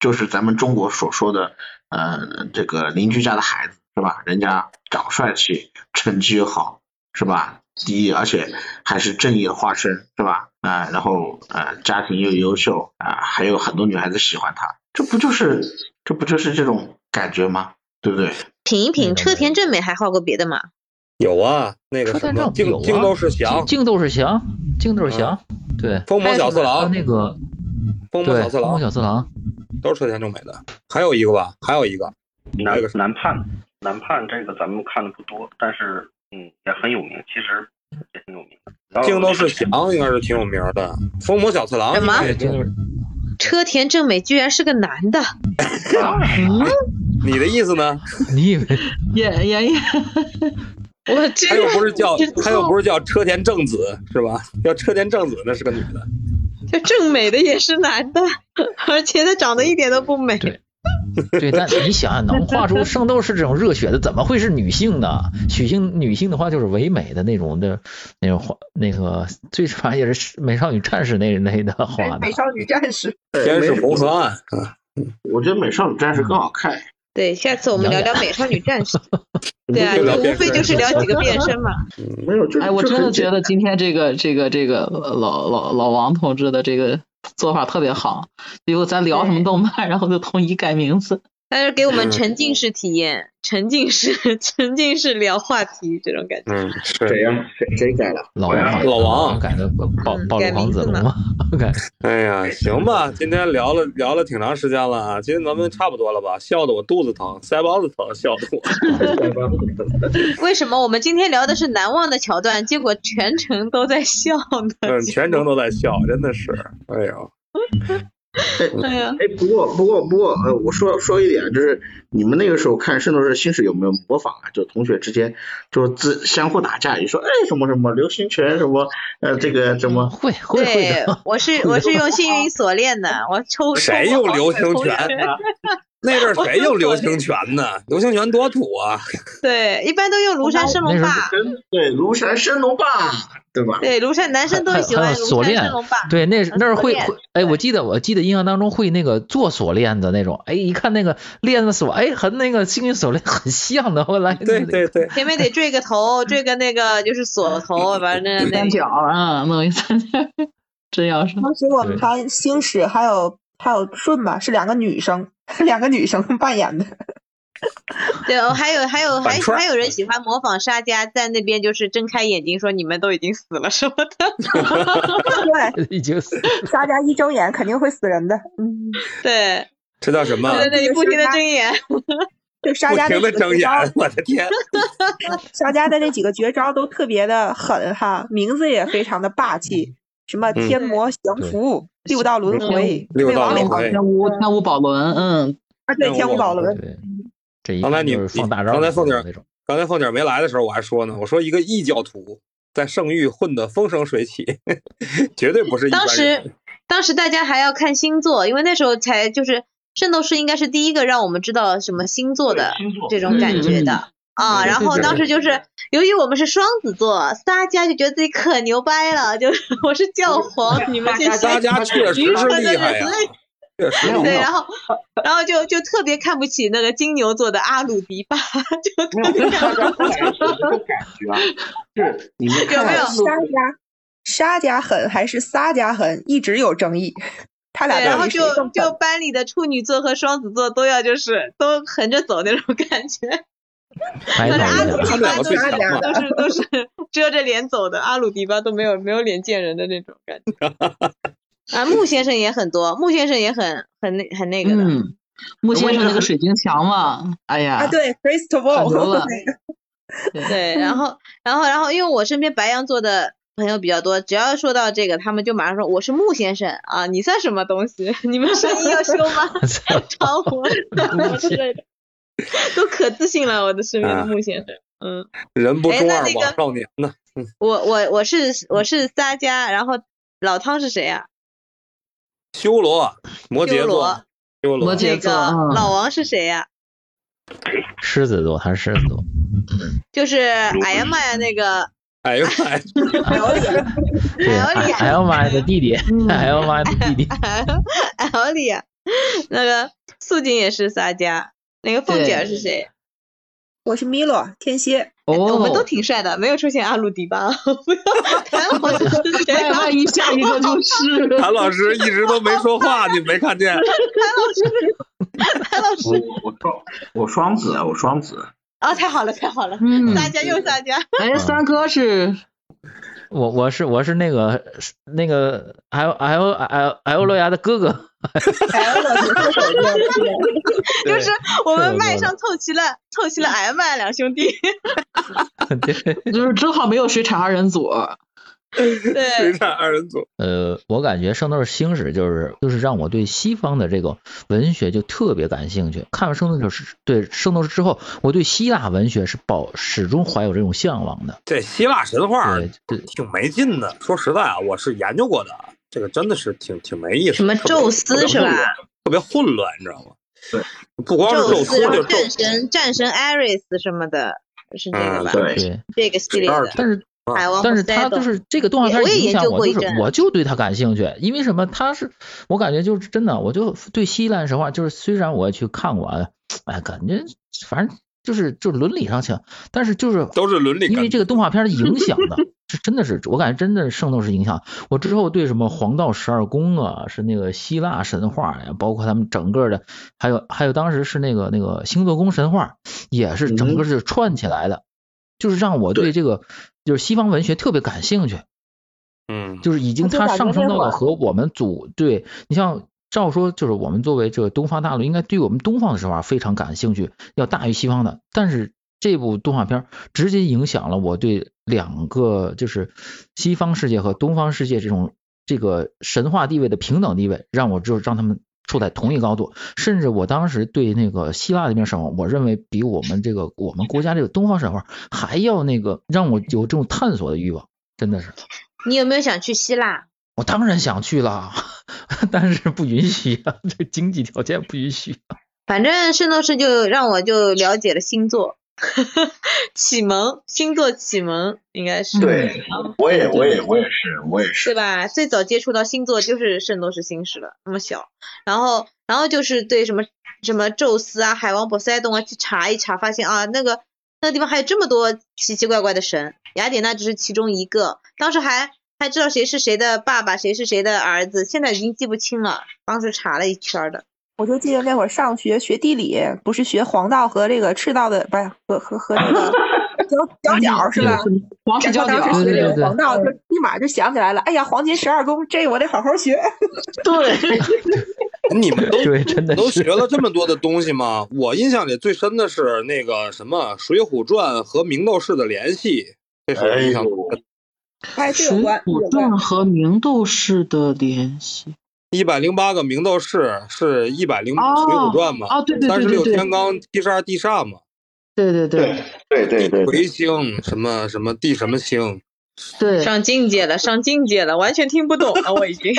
I: 就是咱们中国所说的，呃，这个邻居家的孩子是吧？人家长帅气，成绩又好是吧？第一，而且还是正义的化身是吧？啊、然后呃，家庭又优秀啊、还有很多女孩子喜欢他，这不就是这不就是这种感觉吗？对不对？
D: 品一
E: 嗯
D: 品，
K: 那个
D: 车田正美还画过别的吗？
E: 有啊，那个
K: 车
E: 什
K: 站
E: 么
K: 上有
E: 京
K: 啊，
E: 京都是
K: 京
E: 祥，
K: 京都是祥，京都是祥，对，
E: 嗯疯魔小次
K: 还有
E: 郎，
K: 那个
E: 疯魔
K: 对
E: 小次
K: 风魔
E: 郎
K: 小次郎，
E: 都是车田正美的，还有一个吧，还有一个
H: 南
E: 那个是
H: 南盼，南盼这个咱们看的不多，但是嗯也很有名，其实也很有名。然后
E: 京都是祥，应该是挺有名的，疯魔小次郎哎
D: 什么
E: 应该也
K: 京
E: 挺
K: 都是
D: 车田正美居然是个男的，
K: 当然了，
E: 你的意思呢？
K: [LAUGHS] 你以为
G: 演演演，
D: 我真
E: 他又不是叫
D: 知道
E: 他又不是叫车田正子是吧？叫车田正子那是个女的，
D: 就正美的也是男的，而且他长得一点都不美。
K: 对 [LAUGHS] 对，但你想想，能画出圣斗士这种热血的，怎么会是女性呢？女性女性的话就是唯美的那种的，那种画那个最起码也是美少女战士那类的画的
C: [LAUGHS]
D: 哎
C: 美。少女战士，
E: 天使红河
I: 我
E: 岸啊，
I: 我觉得美少女战士更好看。
D: 对，下次我们聊聊美少女战
E: [LAUGHS]
D: 士。对啊，
E: 就聊
D: 就无
E: 变
D: 非
E: 身
D: 就是聊几
E: [LAUGHS]
D: 个变身嘛。
I: 没有，就是
G: 哎，我
I: 就
G: 真
I: 很
G: 的
I: 简
G: 觉得今天这个这个这个呃老老老王同志的这个做法特别好，以后咱聊什么动漫，然后就统一改名字。
D: 但是给我们
E: 嗯
D: 沉浸式体验，沉浸式 [LAUGHS] 沉浸式聊话题这种感觉。
E: 嗯
I: 谁
E: 是，
I: 呀、谁谁改 [LAUGHS] 的？
K: 老王改的
E: 老王
K: 改的暴
D: 哎嗯
K: 暴
D: 改
K: 露
D: 名
K: 王子
D: 字
K: 龙
D: 嘛
K: 嘛，改
E: [LAUGHS] 哎呀行吧，今天聊了聊了挺长时间了啊，今天咱们差不多了吧？笑得我肚子
D: [LAUGHS]
E: 疼，腮帮子疼，笑得我。
D: 为什么我们今天聊的是难忘的桥段，结果全程都在笑呢 [LAUGHS]
E: 嗯，？全程都在笑，真的是，哎呦，
D: [LAUGHS]
E: [LAUGHS]
D: 哎呀，
I: 哎，不过不过不过，呃，我说说一点，就是你们那个时候看《圣斗士星矢》有没有模仿啊？就同学之间就自相互打架，也说哎什么什么流星拳什么，呃这个什么，
K: 会会会
D: 对
K: 的。，
D: 我
E: [LAUGHS]
D: 是我是用幸运锁链的，我抽
E: 谁
D: 抽
E: 用
D: 过好
E: 流
D: 几
E: 星
D: 同学
E: 拳？ [LAUGHS] 那阵儿谁用流星拳呢？流星拳多土
D: [LAUGHS]
E: 啊！
D: 对，一般都用庐山升龙
K: 那时候
D: 霸。
I: 真对庐山升龙霸，对吧？
D: 对，庐山男生都
K: 还
D: 喜
K: 还有
D: 欢
K: 锁
D: 庐山
K: 链
D: 升龙霸。
K: 对，那是那是
D: 锁
K: 会
D: 链
K: 会，哎，我记得我记得印象当中会那个做锁链的那种，哎，一看那个链子锁，哎，和那个幸运锁链很像的。后来
E: 对对对，
D: 前面得坠个头，坠个那个就是锁头，反正那
G: 三角啊，弄一三角，真要是
C: 当时我们
K: 对
C: 班星矢还有还有顺吧，是两个女生， [LAUGHS] 两个女生扮演的。 [LAUGHS]
D: 对，哦还有还有还
E: 反串儿
D: 还有人喜欢模仿沙家，在那边就是睁开眼睛说你们都已经死了什么的。
C: 对，
K: [LAUGHS] 已经死了
C: 沙家一睁眼肯定会死人的。嗯，
E: [LAUGHS]
D: 对，
E: 这叫什么
D: 就？在那里不停的睁眼。
C: 就沙
E: 不
C: 家
E: 停的
C: 那几个
E: 睁
C: 绝
E: 眼
C: 招，，
E: 我的天！
C: 沙家的那几个绝招都特别的狠哈，名字也非常的霸
E: 嗯
C: 气，什么天魔降服、六道轮回、
E: 六
C: 魏
E: 道
C: 王
E: 轮
C: 领
E: 回
G: 天无天无宝轮，嗯，
C: 啊，对，天
E: 天
C: 无
E: 无
C: 宝
E: 宝
K: 对
C: 轮，
K: 对，这一
E: 刚才
K: 看
E: 你
K: 就是放大招
E: 刚才
K: 的
E: 凤姐儿
K: 那种。
E: 刚才凤姐儿没来的时候，我还说呢，我说一个异教徒在圣域混得风生水起， [LAUGHS] 绝对不是一般
D: 当时
E: 人。
D: 当时大家还要看星座，因为那时候才就是圣斗士应该是第一个让我们知道什么星座的这种感觉的。啊，
E: 嗯
D: 然后
E: 对对
D: 当时就是，由于我们是双子座，撒家就觉得自己可牛掰了，就是 [LAUGHS] 我是教皇，你们这些
E: 大家确实是厉害呀，
D: 哎
E: 确实厉
D: 对，
E: 害。
D: 然后然后就就特别看不起那个金牛座的阿鲁迪巴，就
I: 没
D: 特别
I: 有，跟
D: 看
I: 大
D: 不
I: 家
D: 起。
I: 后来有这个感觉啊，是你们
D: 有
I: 看
D: 没有
I: 圣斗
C: 沙家沙家狠还是撒家狠，一直有争议。他俩
D: 对，然
C: 到
D: 后
C: 底谁
D: 就
C: 更
D: 就
C: 狠？
D: 班里的处女座和双子座都要就是都横着走那种感觉，
K: 白
D: 但
K: 走
D: 是阿
K: 一下
E: 他
D: 鲁迪
E: 们两个
D: 巴
E: 最强嘛，
C: 阿鲁迪巴
D: 都是啊都是都 [LAUGHS] 是遮着脸走的，阿鲁迪巴都没有没有脸见人的那种感觉。 [LAUGHS] 啊，穆先生也很多，穆先生也很很那很那个的，
G: 嗯，木先生那个水晶墙嘛，哎呀，
C: 啊，
D: [LAUGHS]
C: 对哎
G: 可牛了
C: ，Crystal，
D: 对，然后然后然后因为我身边白羊座的。朋友比较多，只要说到这个，他们就马上说我是穆先生啊，你算什么东西？ [LAUGHS] 你们生意要修吗？ [LAUGHS] 超火，
K: 穆
D: 之
K: 先
D: [LAUGHS] 类的，都可自信了。我的身边的
E: 啊
D: 穆先生，嗯，
E: 人不
D: 哎
E: 中
D: 那
E: 二
D: 那个
E: 枉少年呢。
D: 我我我是我是撒迦，然后老汤是谁啊呀、
E: 修罗，摩羯座
D: 修罗，
E: 修罗
G: 摩羯
D: 那
G: 座
D: 个
F: 嗯
G: 啊
D: 老王是谁呀、
F: 狮子座，他是狮子座，
D: 就是哎呀妈呀，那个 [LAUGHS]
E: 哎呦哎，
F: 这
D: 哎呦厉害
F: 哎呦妈呀的弟弟， [LAUGHS] 哎呦妈呀的弟弟，
D: 奥利亚，那个素锦也是撒迦，那个凤姐儿是谁？哎
C: 我是米洛天蝎，
G: 哦，
D: 我们都挺帅的，没有出现阿鲁迪巴， [LAUGHS] 不要谈我是谁
G: 哎，
D: 啊。
F: [LAUGHS]
G: 万一下一个就是，
E: [LAUGHS] 谭老
D: [LAUGHS]
E: 师一直都没说话，你没看见？
I: 我我双我双子，我双子，
D: 啊，太好了，太好了，
G: 嗯，
D: 撒迦又撒迦，
G: 哎，三哥是
F: 我我是我是那个那个还有还有还有还有洛亚的哥哥，
C: 哎，老师射手座的，
D: 就是我
F: 是
D: 们
F: 我
D: 麦
F: 做的
D: 上凑齐了，凑齐了
F: 嗯
D: 矮麦两兄弟，
E: [LAUGHS]
F: [LAUGHS] 对，
G: 就是正好没有水产二人组，
E: 水
D: 对，
E: 产二人组，
F: 呃，我感觉《圣斗士星矢》就是就是让我对西方的这个文学就特别感兴趣。看完《圣斗士》对《圣斗士》之后，我对希腊文学是抱始终怀有这种向往的。
E: 这希腊神话
F: 对，对
E: 挺没劲的。说实在啊，我是研究过的啊，这个真的是挺挺没意思。
D: 什么
E: 特别
D: 宙斯是吧？
E: 特别混乱特别混乱，你知道吗？
I: 对，
E: 不光是
D: 宙
E: 宙
D: 斯，啊
E: 斯，
D: 然后
E: 就是
D: 战神，战神艾瑞斯什么的，是这个
E: 嗯
D: 吧？
I: 对
F: 对，
D: 这个系列
E: 二
D: 的
E: 指
F: 但是
D: 海王
F: 但是
D: 和
F: 他
D: Poseidon
F: 就是这个动画
D: 也
F: 片
D: 我也
F: 影
D: 研
F: 响
D: 究
F: 我，
D: 过
F: 就
D: 一
F: 是
D: 阵
F: 我就对他感兴趣，因为什么？他是我感觉就是真的，我就对希腊神话，就是虽然我去看过啊，哎，感觉反正就是就是伦理上强，但是就是
E: 都是伦理
F: 因为
E: 感。
F: 这个动画片的影响的，这真的是我感觉真的是圣斗士影响我之后对什么黄道十二宫啊，是那个希腊神话呀，包括他们整个的，还有还有当时是那个那个星座宫神话，也是整个是串起来的，就是让我对这个就是西方文学特别感兴趣，
E: 嗯，
F: 就是已经
C: 就
F: 它
C: 感觉
F: 上升
C: 那
F: 到
C: 会
F: 了
C: 儿
F: 和我们祖对你像。照说就是我们作为这个东方大陆，应该对我们东方的神话非常感兴趣，要大于西方的。但是这部动画片儿直接影响了我对两个就是西方世界和东方世界这种这个神话地位的平等地位，让我就让他们处在同一高度。甚至我当时对那个希腊那边神话，我认为比我们这个我们国家这个东方神话还要那个让我有这种探索的欲望，真的是。
D: 你有没有想去希腊？
F: 我当然想去了，但是不允许啊，这经济条件不允许。啊
D: 反正圣斗士就让我就了解了星座， [LAUGHS] 启蒙星座启蒙应该是
I: 对，我也我也我也是我也
D: 对
I: 是，
D: 吧？最早接触到星座就是圣斗士星矢了，那么小，然后然后就是对什么什么宙斯啊、海王波塞冬啊去查一查，发现啊那个那个地方还有这么多奇奇怪怪的神，雅典娜只是其中一个，当时还还知道谁是谁的爸爸，谁是谁的儿子，现在已经记不清了，当时查了一圈儿的。
C: [LAUGHS] 我就记得那会儿上学学地理，不是学黄道和这个赤道的，不是和和和那个 [LAUGHS] 角角角是吧？
G: 嗯黄鼠
C: 然
G: 角
C: 后
G: 角，
C: 当时学
F: 对
C: 这
F: 对
C: 个黄
F: 对
C: 道，就立马就想起来了，哎呀，黄金十二宫，这我得好好学。
G: 对，
E: 你们都
F: 对，真的
E: 都学
F: 是。
E: 了这么多的东西吗？我印象里最深的是那个什么《水浒传》和《明斗士》的联系，这是
I: 哎
E: 我印象
C: 哎，这有
G: 水
C: 关，有
G: 浒
C: 关
G: 传。和明斗士的联系
E: 一百零八个明斗士是一百零《
G: 哦
E: 水浒传》嘛，
G: 啊，对对
E: 三
G: 对
E: 十
G: 对
E: 六
G: 对
E: 天罡、七十二地煞嘛，
G: 对对对
I: 对对对对
E: 魁星什么什么地什么星，
G: 对，
D: 上境界了，上境界了，完全听不懂了，我已 [LAUGHS] 经。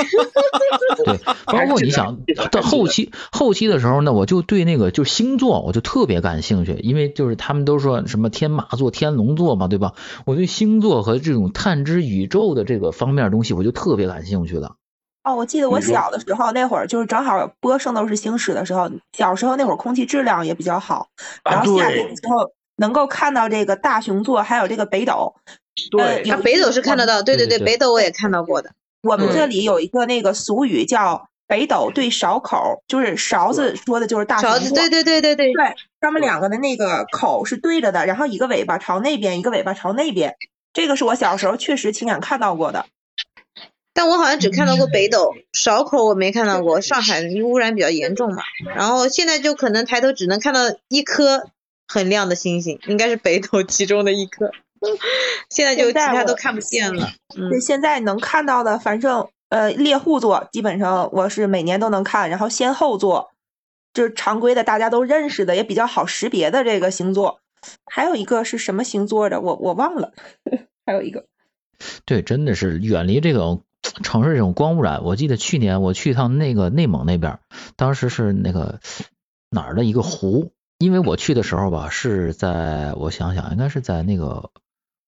F: 对，包括你想到后期后期的时候呢，我就对那个就星座我就特别感兴趣，因为就是他们都说什么天马座、天龙座嘛，对吧？我对星座和这种探知宇宙的这个方面的东西，我就特别感兴趣的。
C: 哦，我记得我
I: 你说
C: 小的时候那会儿，就是正好播《圣斗士星矢》的时候，小时候那会儿空气质量也比较好，然
I: 啊
C: 后夏天
I: 对
C: 的时候能够看到这个大熊座，还有这个北斗。呃
I: 对
C: 有
D: 啊，北斗是看得到，对
F: 对
D: 对，
F: 对
D: 北斗我也看到过的。
C: 我们
D: 嗯
C: 这里有一个那个俗语叫“北斗对勺口”，就是勺子说的就是大
D: 勺
C: 熊
D: 子，
C: 座。
D: 对对对对对，
C: 对，他们两个的那个口是对着的，然后一个尾巴朝那边，一个尾巴朝那边。这个是我小时候确实亲眼看到过的。
D: 但我好像只看到过北斗，勺口我没看到过。上海污染比较严重嘛，然后现在就可能抬头只能看到一颗很亮的星星，应该是北斗其中的一颗。 [LAUGHS] 现在就其
C: 现在
D: 他
C: 我
D: 都看不见了。嗯
C: 对，，现在能看到的，反正呃，猎户座基本上我是每年都能看，然后仙后座就是常规的大家都认识的，也比较好识别的这个星座。还有一个是什么星座的，我我忘了。 [LAUGHS] 还有一个，
F: 对，真的是远离这种城市这种光污染。我记得去年我去一趟那个内蒙那边，当时是那个哪儿的一个湖，因为我去的时候吧，是在我想想，应该是在那个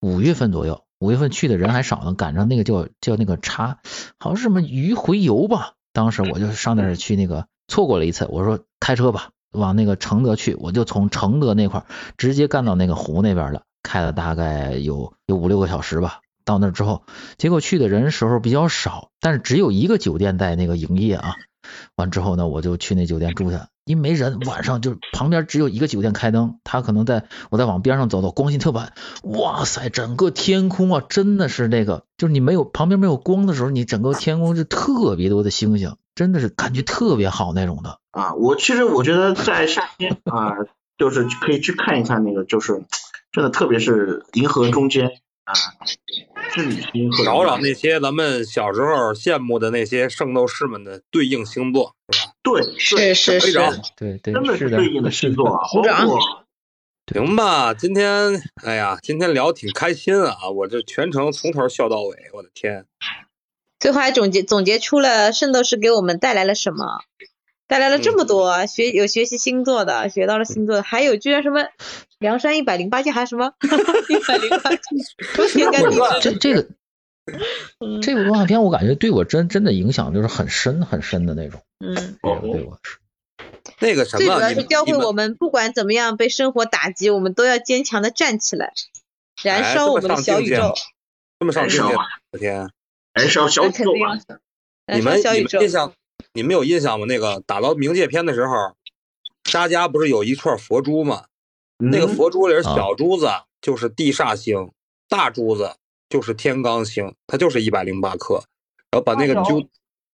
F: 五月份左右，五月份去的人还少呢，赶上那个叫叫那个叉，好像是什么鱼洄游吧。当时我就上那儿去那个错过了一次，我说开车吧，往那个承德去，我就从承德那块儿直接干到那个湖那边了。开了大概有有五六个小时吧。到那之后，结果去的人时候比较少，但是只有一个酒店在那个营业啊。完之后呢，我就去那酒店住下，因为没人。晚上就是旁边只有一个酒店开灯，他可能在我在往边上走走，光线特暗。哇塞，整个天空啊，真的是那个，就是你没有旁边没有光的时候，你整个天空就特别多的星星，真的是感觉特别好那种的。
I: 啊，我其实我觉得在夏天啊，就是可以去看一看那个，就是真的，特别是银河中间啊，这里是银河中
E: 找
I: 间
E: 找那些咱们小时候羡慕的那些圣斗士们的对应星座，哎是吧？
I: 对，对
D: 是
I: 找一
D: 是
I: 找
F: 对对，
I: 真的
F: 是
I: 是
F: 的
I: 对应的星座啊，包
D: 鼓掌
I: 括
E: 行吧，今天哎呀，今天聊挺开心啊！我这全程从头笑到尾，我的天！
D: 最后还总结总结出了圣斗士给我们带来了什么，带来了这
E: 嗯
D: 么多、学有学习星座的，学到了星座的，还有居然什么梁山一百零八计，还有什么 [LAUGHS] 一百零八计，天干地支，
F: 这这个这部动画片，我感觉对我真真的影响就是很深很深的那种，
D: 嗯，
F: 这个对我是。
E: 那个什
D: 最主
E: 么，
D: 要
E: 你
D: 是
E: 们
D: 教
E: 你
D: 会我
E: 们
D: 们不管怎么样被生活打击，我们都要坚强的站起来，燃
E: 哎
D: 烧
E: 这
D: 我
E: 么
D: 们的
E: 上
D: 小
E: 境
D: 宇
E: 界
D: 宙
E: 吗，这么上境界，
I: 燃烧啊
E: 我的天！
I: 燃烧哎小
D: 那
I: 宇
D: 肯
I: 宙
D: 定
I: 啊，
D: 的，
E: 你
D: 燃烧
E: 们你
D: 呃小宇
E: 们
D: 宙
E: 印。象，你们有印象吗？那个打到冥界篇的时候，沙迦不是有一串佛珠吗？那个
I: 嗯
E: 佛珠里是
F: 啊
E: 小珠子就是地煞星，大珠子就是天罡星，它就是一百零八颗，然后把那个揪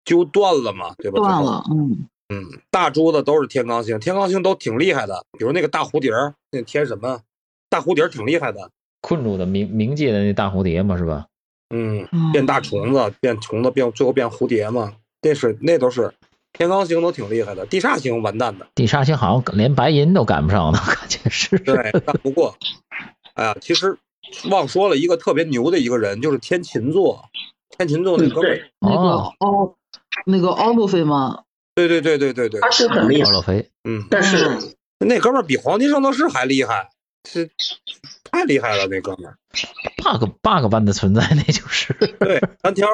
E: 揪断了嘛，对吧？最后
G: 断了，嗯，
E: 嗯，大珠子都是天罡星，天罡星都挺厉害的，比如那个大蝴蝶儿，那天什么大蝴蝶儿挺厉害的，
F: 困住的冥冥界的那大蝴蝶嘛，是吧？
E: 嗯，
G: 嗯
E: 变大虫子，变虫子，变最后变蝴蝶嘛，那是那都是天罡星都挺厉害的，地煞星完蛋的，
F: 地煞星好像连白银都赶不上呢， [LAUGHS] 感觉是。
E: 对，但不过，哎呀，其实忘说了一个特别牛的一个人，就是天琴座，天琴座那
I: 嗯，
E: 哥们儿，
I: 对，
G: 那个
F: 哦
G: 奥那个奥路飞吗？
E: 对对对对对对，
I: 他是很厉
F: 奥
I: 害，
F: 洛菲，
E: 嗯，
I: 但是
E: 那哥们儿比黄金圣斗士还厉害，是太厉害了，那哥们儿。
F: bug bug 般的存在， [LAUGHS] 那就是。
E: 对，单挑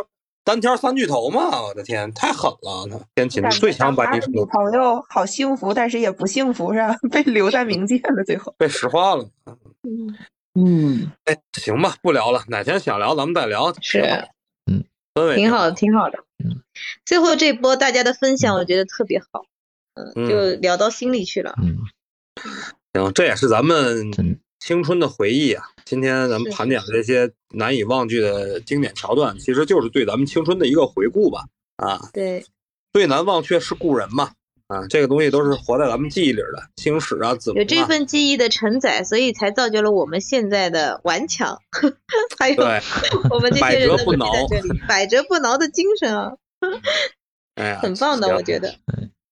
E: 单挑三巨头嘛，我的天，太狠了！那天琴
C: 感觉
E: 最强白
C: 大
E: 银
C: 妈的
E: 圣
C: 女
E: 斗
C: 朋友好幸福，但是也不幸福，是吧？ [LAUGHS] 被留在冥界了，
E: [LAUGHS]
C: 最后。
E: 被石化了。
G: 嗯，
E: 哎，行吧，不聊了，哪天想聊咱们再聊。
D: 是
E: 挺好
F: 嗯，
E: 氛围
D: 挺好的，挺好的
F: 嗯。
D: 最后这波大家的分享，我觉得特别好，
E: 嗯
D: 就聊到心里去了。
F: 嗯，
E: 行，这也是咱们
F: 真
E: 青春的回忆啊。今天咱们
D: 是
E: 盘点的这些难以忘记的经典桥段，其实就是对咱们青春的一个回顾吧。啊，
D: 对，
E: 最难忘却是故人嘛。啊，这个东西都是活在咱们记忆里的，星矢啊，子龙
D: 有这
E: 啊，
D: 份记忆的承载，所以才造就了我们现在的顽强， [LAUGHS] 还有
E: 对，
D: [LAUGHS]
E: 哎
D: 我们这
E: 百
D: 些
E: 折
D: 人的
E: 不
D: 努力
E: 挠
D: 在这里，百折不挠的精神啊，
E: 哎呀，
D: 很棒的，
E: 行
D: 我觉得。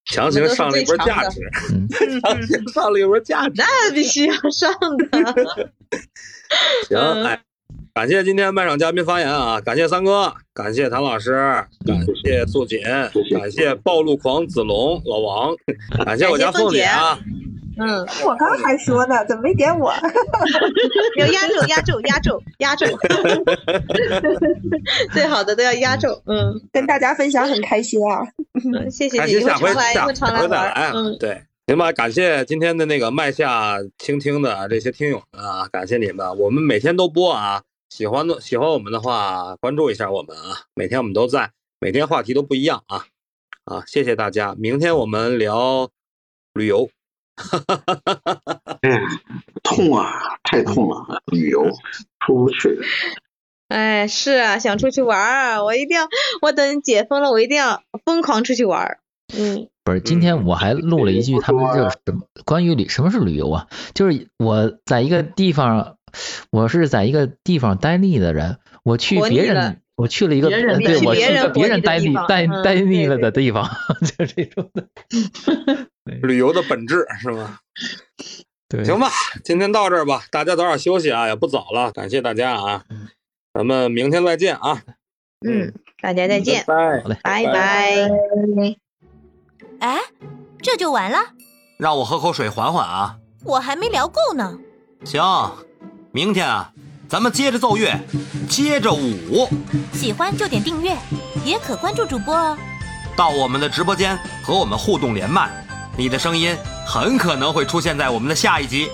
E: 强行上了一波
D: 我们都是最强
E: 价
D: 的
E: 值，
F: 嗯，
E: 强行上了一波价值。
D: [LAUGHS] 那必须要上
E: [LAUGHS]
D: 的，
E: 行，
D: 嗯
E: 哎，感谢今天麦场嘉宾发言啊，感谢三哥，感谢谭老师，感谢素锦，感嗯谢暴露狂子龙老王，感谢我家凤姐啊，
D: 嗯，
C: 我刚还说呢，怎么没点我？
D: [LAUGHS] 要压轴，压轴，压轴，压轴， [LAUGHS] 最好的都要压轴，嗯，
C: 跟大家分享很开心啊！
D: 嗯谢谢
E: 感
D: 你，
E: 谢
D: 以后
E: 下回
D: 常来，以
E: 下
D: 后常来
E: 回再
D: 玩
E: 来
D: 儿，
E: 啊
D: 嗯，，
E: 对。行吧，感谢今天的那个麦下倾听的这些听友们啊，感谢你们，我们每天都播啊，喜欢的喜欢我们的话，关注一下我们啊，每天我们都在，每天话题都不一样啊，啊，谢谢大家，明天我们聊旅游，
I: 哎呀，痛啊，太痛了，旅游出不去。
D: 哎，是啊，想出去玩儿，我一定要，我等解封了，我一定要疯狂出去玩儿。嗯，
F: 不是，今天我还录了一句他们就是什么关于旅什么是旅游啊，就是我在一个地方，我是在一个地方待腻的人，我去
D: 活腻
F: 别
D: 了
F: 人，我去了一个
G: 别人
F: 对
G: 去
F: 我
G: 别
F: 去
G: 人
F: 了
D: 活
F: 别
D: 腻
F: 人
D: 的
F: 待
D: 地
F: 腻
D: 方
F: 待
D: 嗯
F: 待
D: 对
F: 腻了
D: 对
F: 的 [LAUGHS] 地方，就这种的。
E: 旅游的本质是吗？
F: 对，
L: 行吧，今天到这儿吧，大家早点休息啊，也不早了，感谢大家啊，咱们明天再见啊，
D: 嗯，大家再见，
L: 拜
F: 好嘞
D: 拜拜。
A: 哎，这就完了？
E: 让我喝口水缓缓啊。
A: 我还没聊够呢。
E: 行，明天啊，咱们接着奏乐，接着舞，
A: 喜欢就点订阅，也可关注主播哦。
E: 到我们的直播间和我们互动连麦，你的声音很可能会出现在我们的下一集。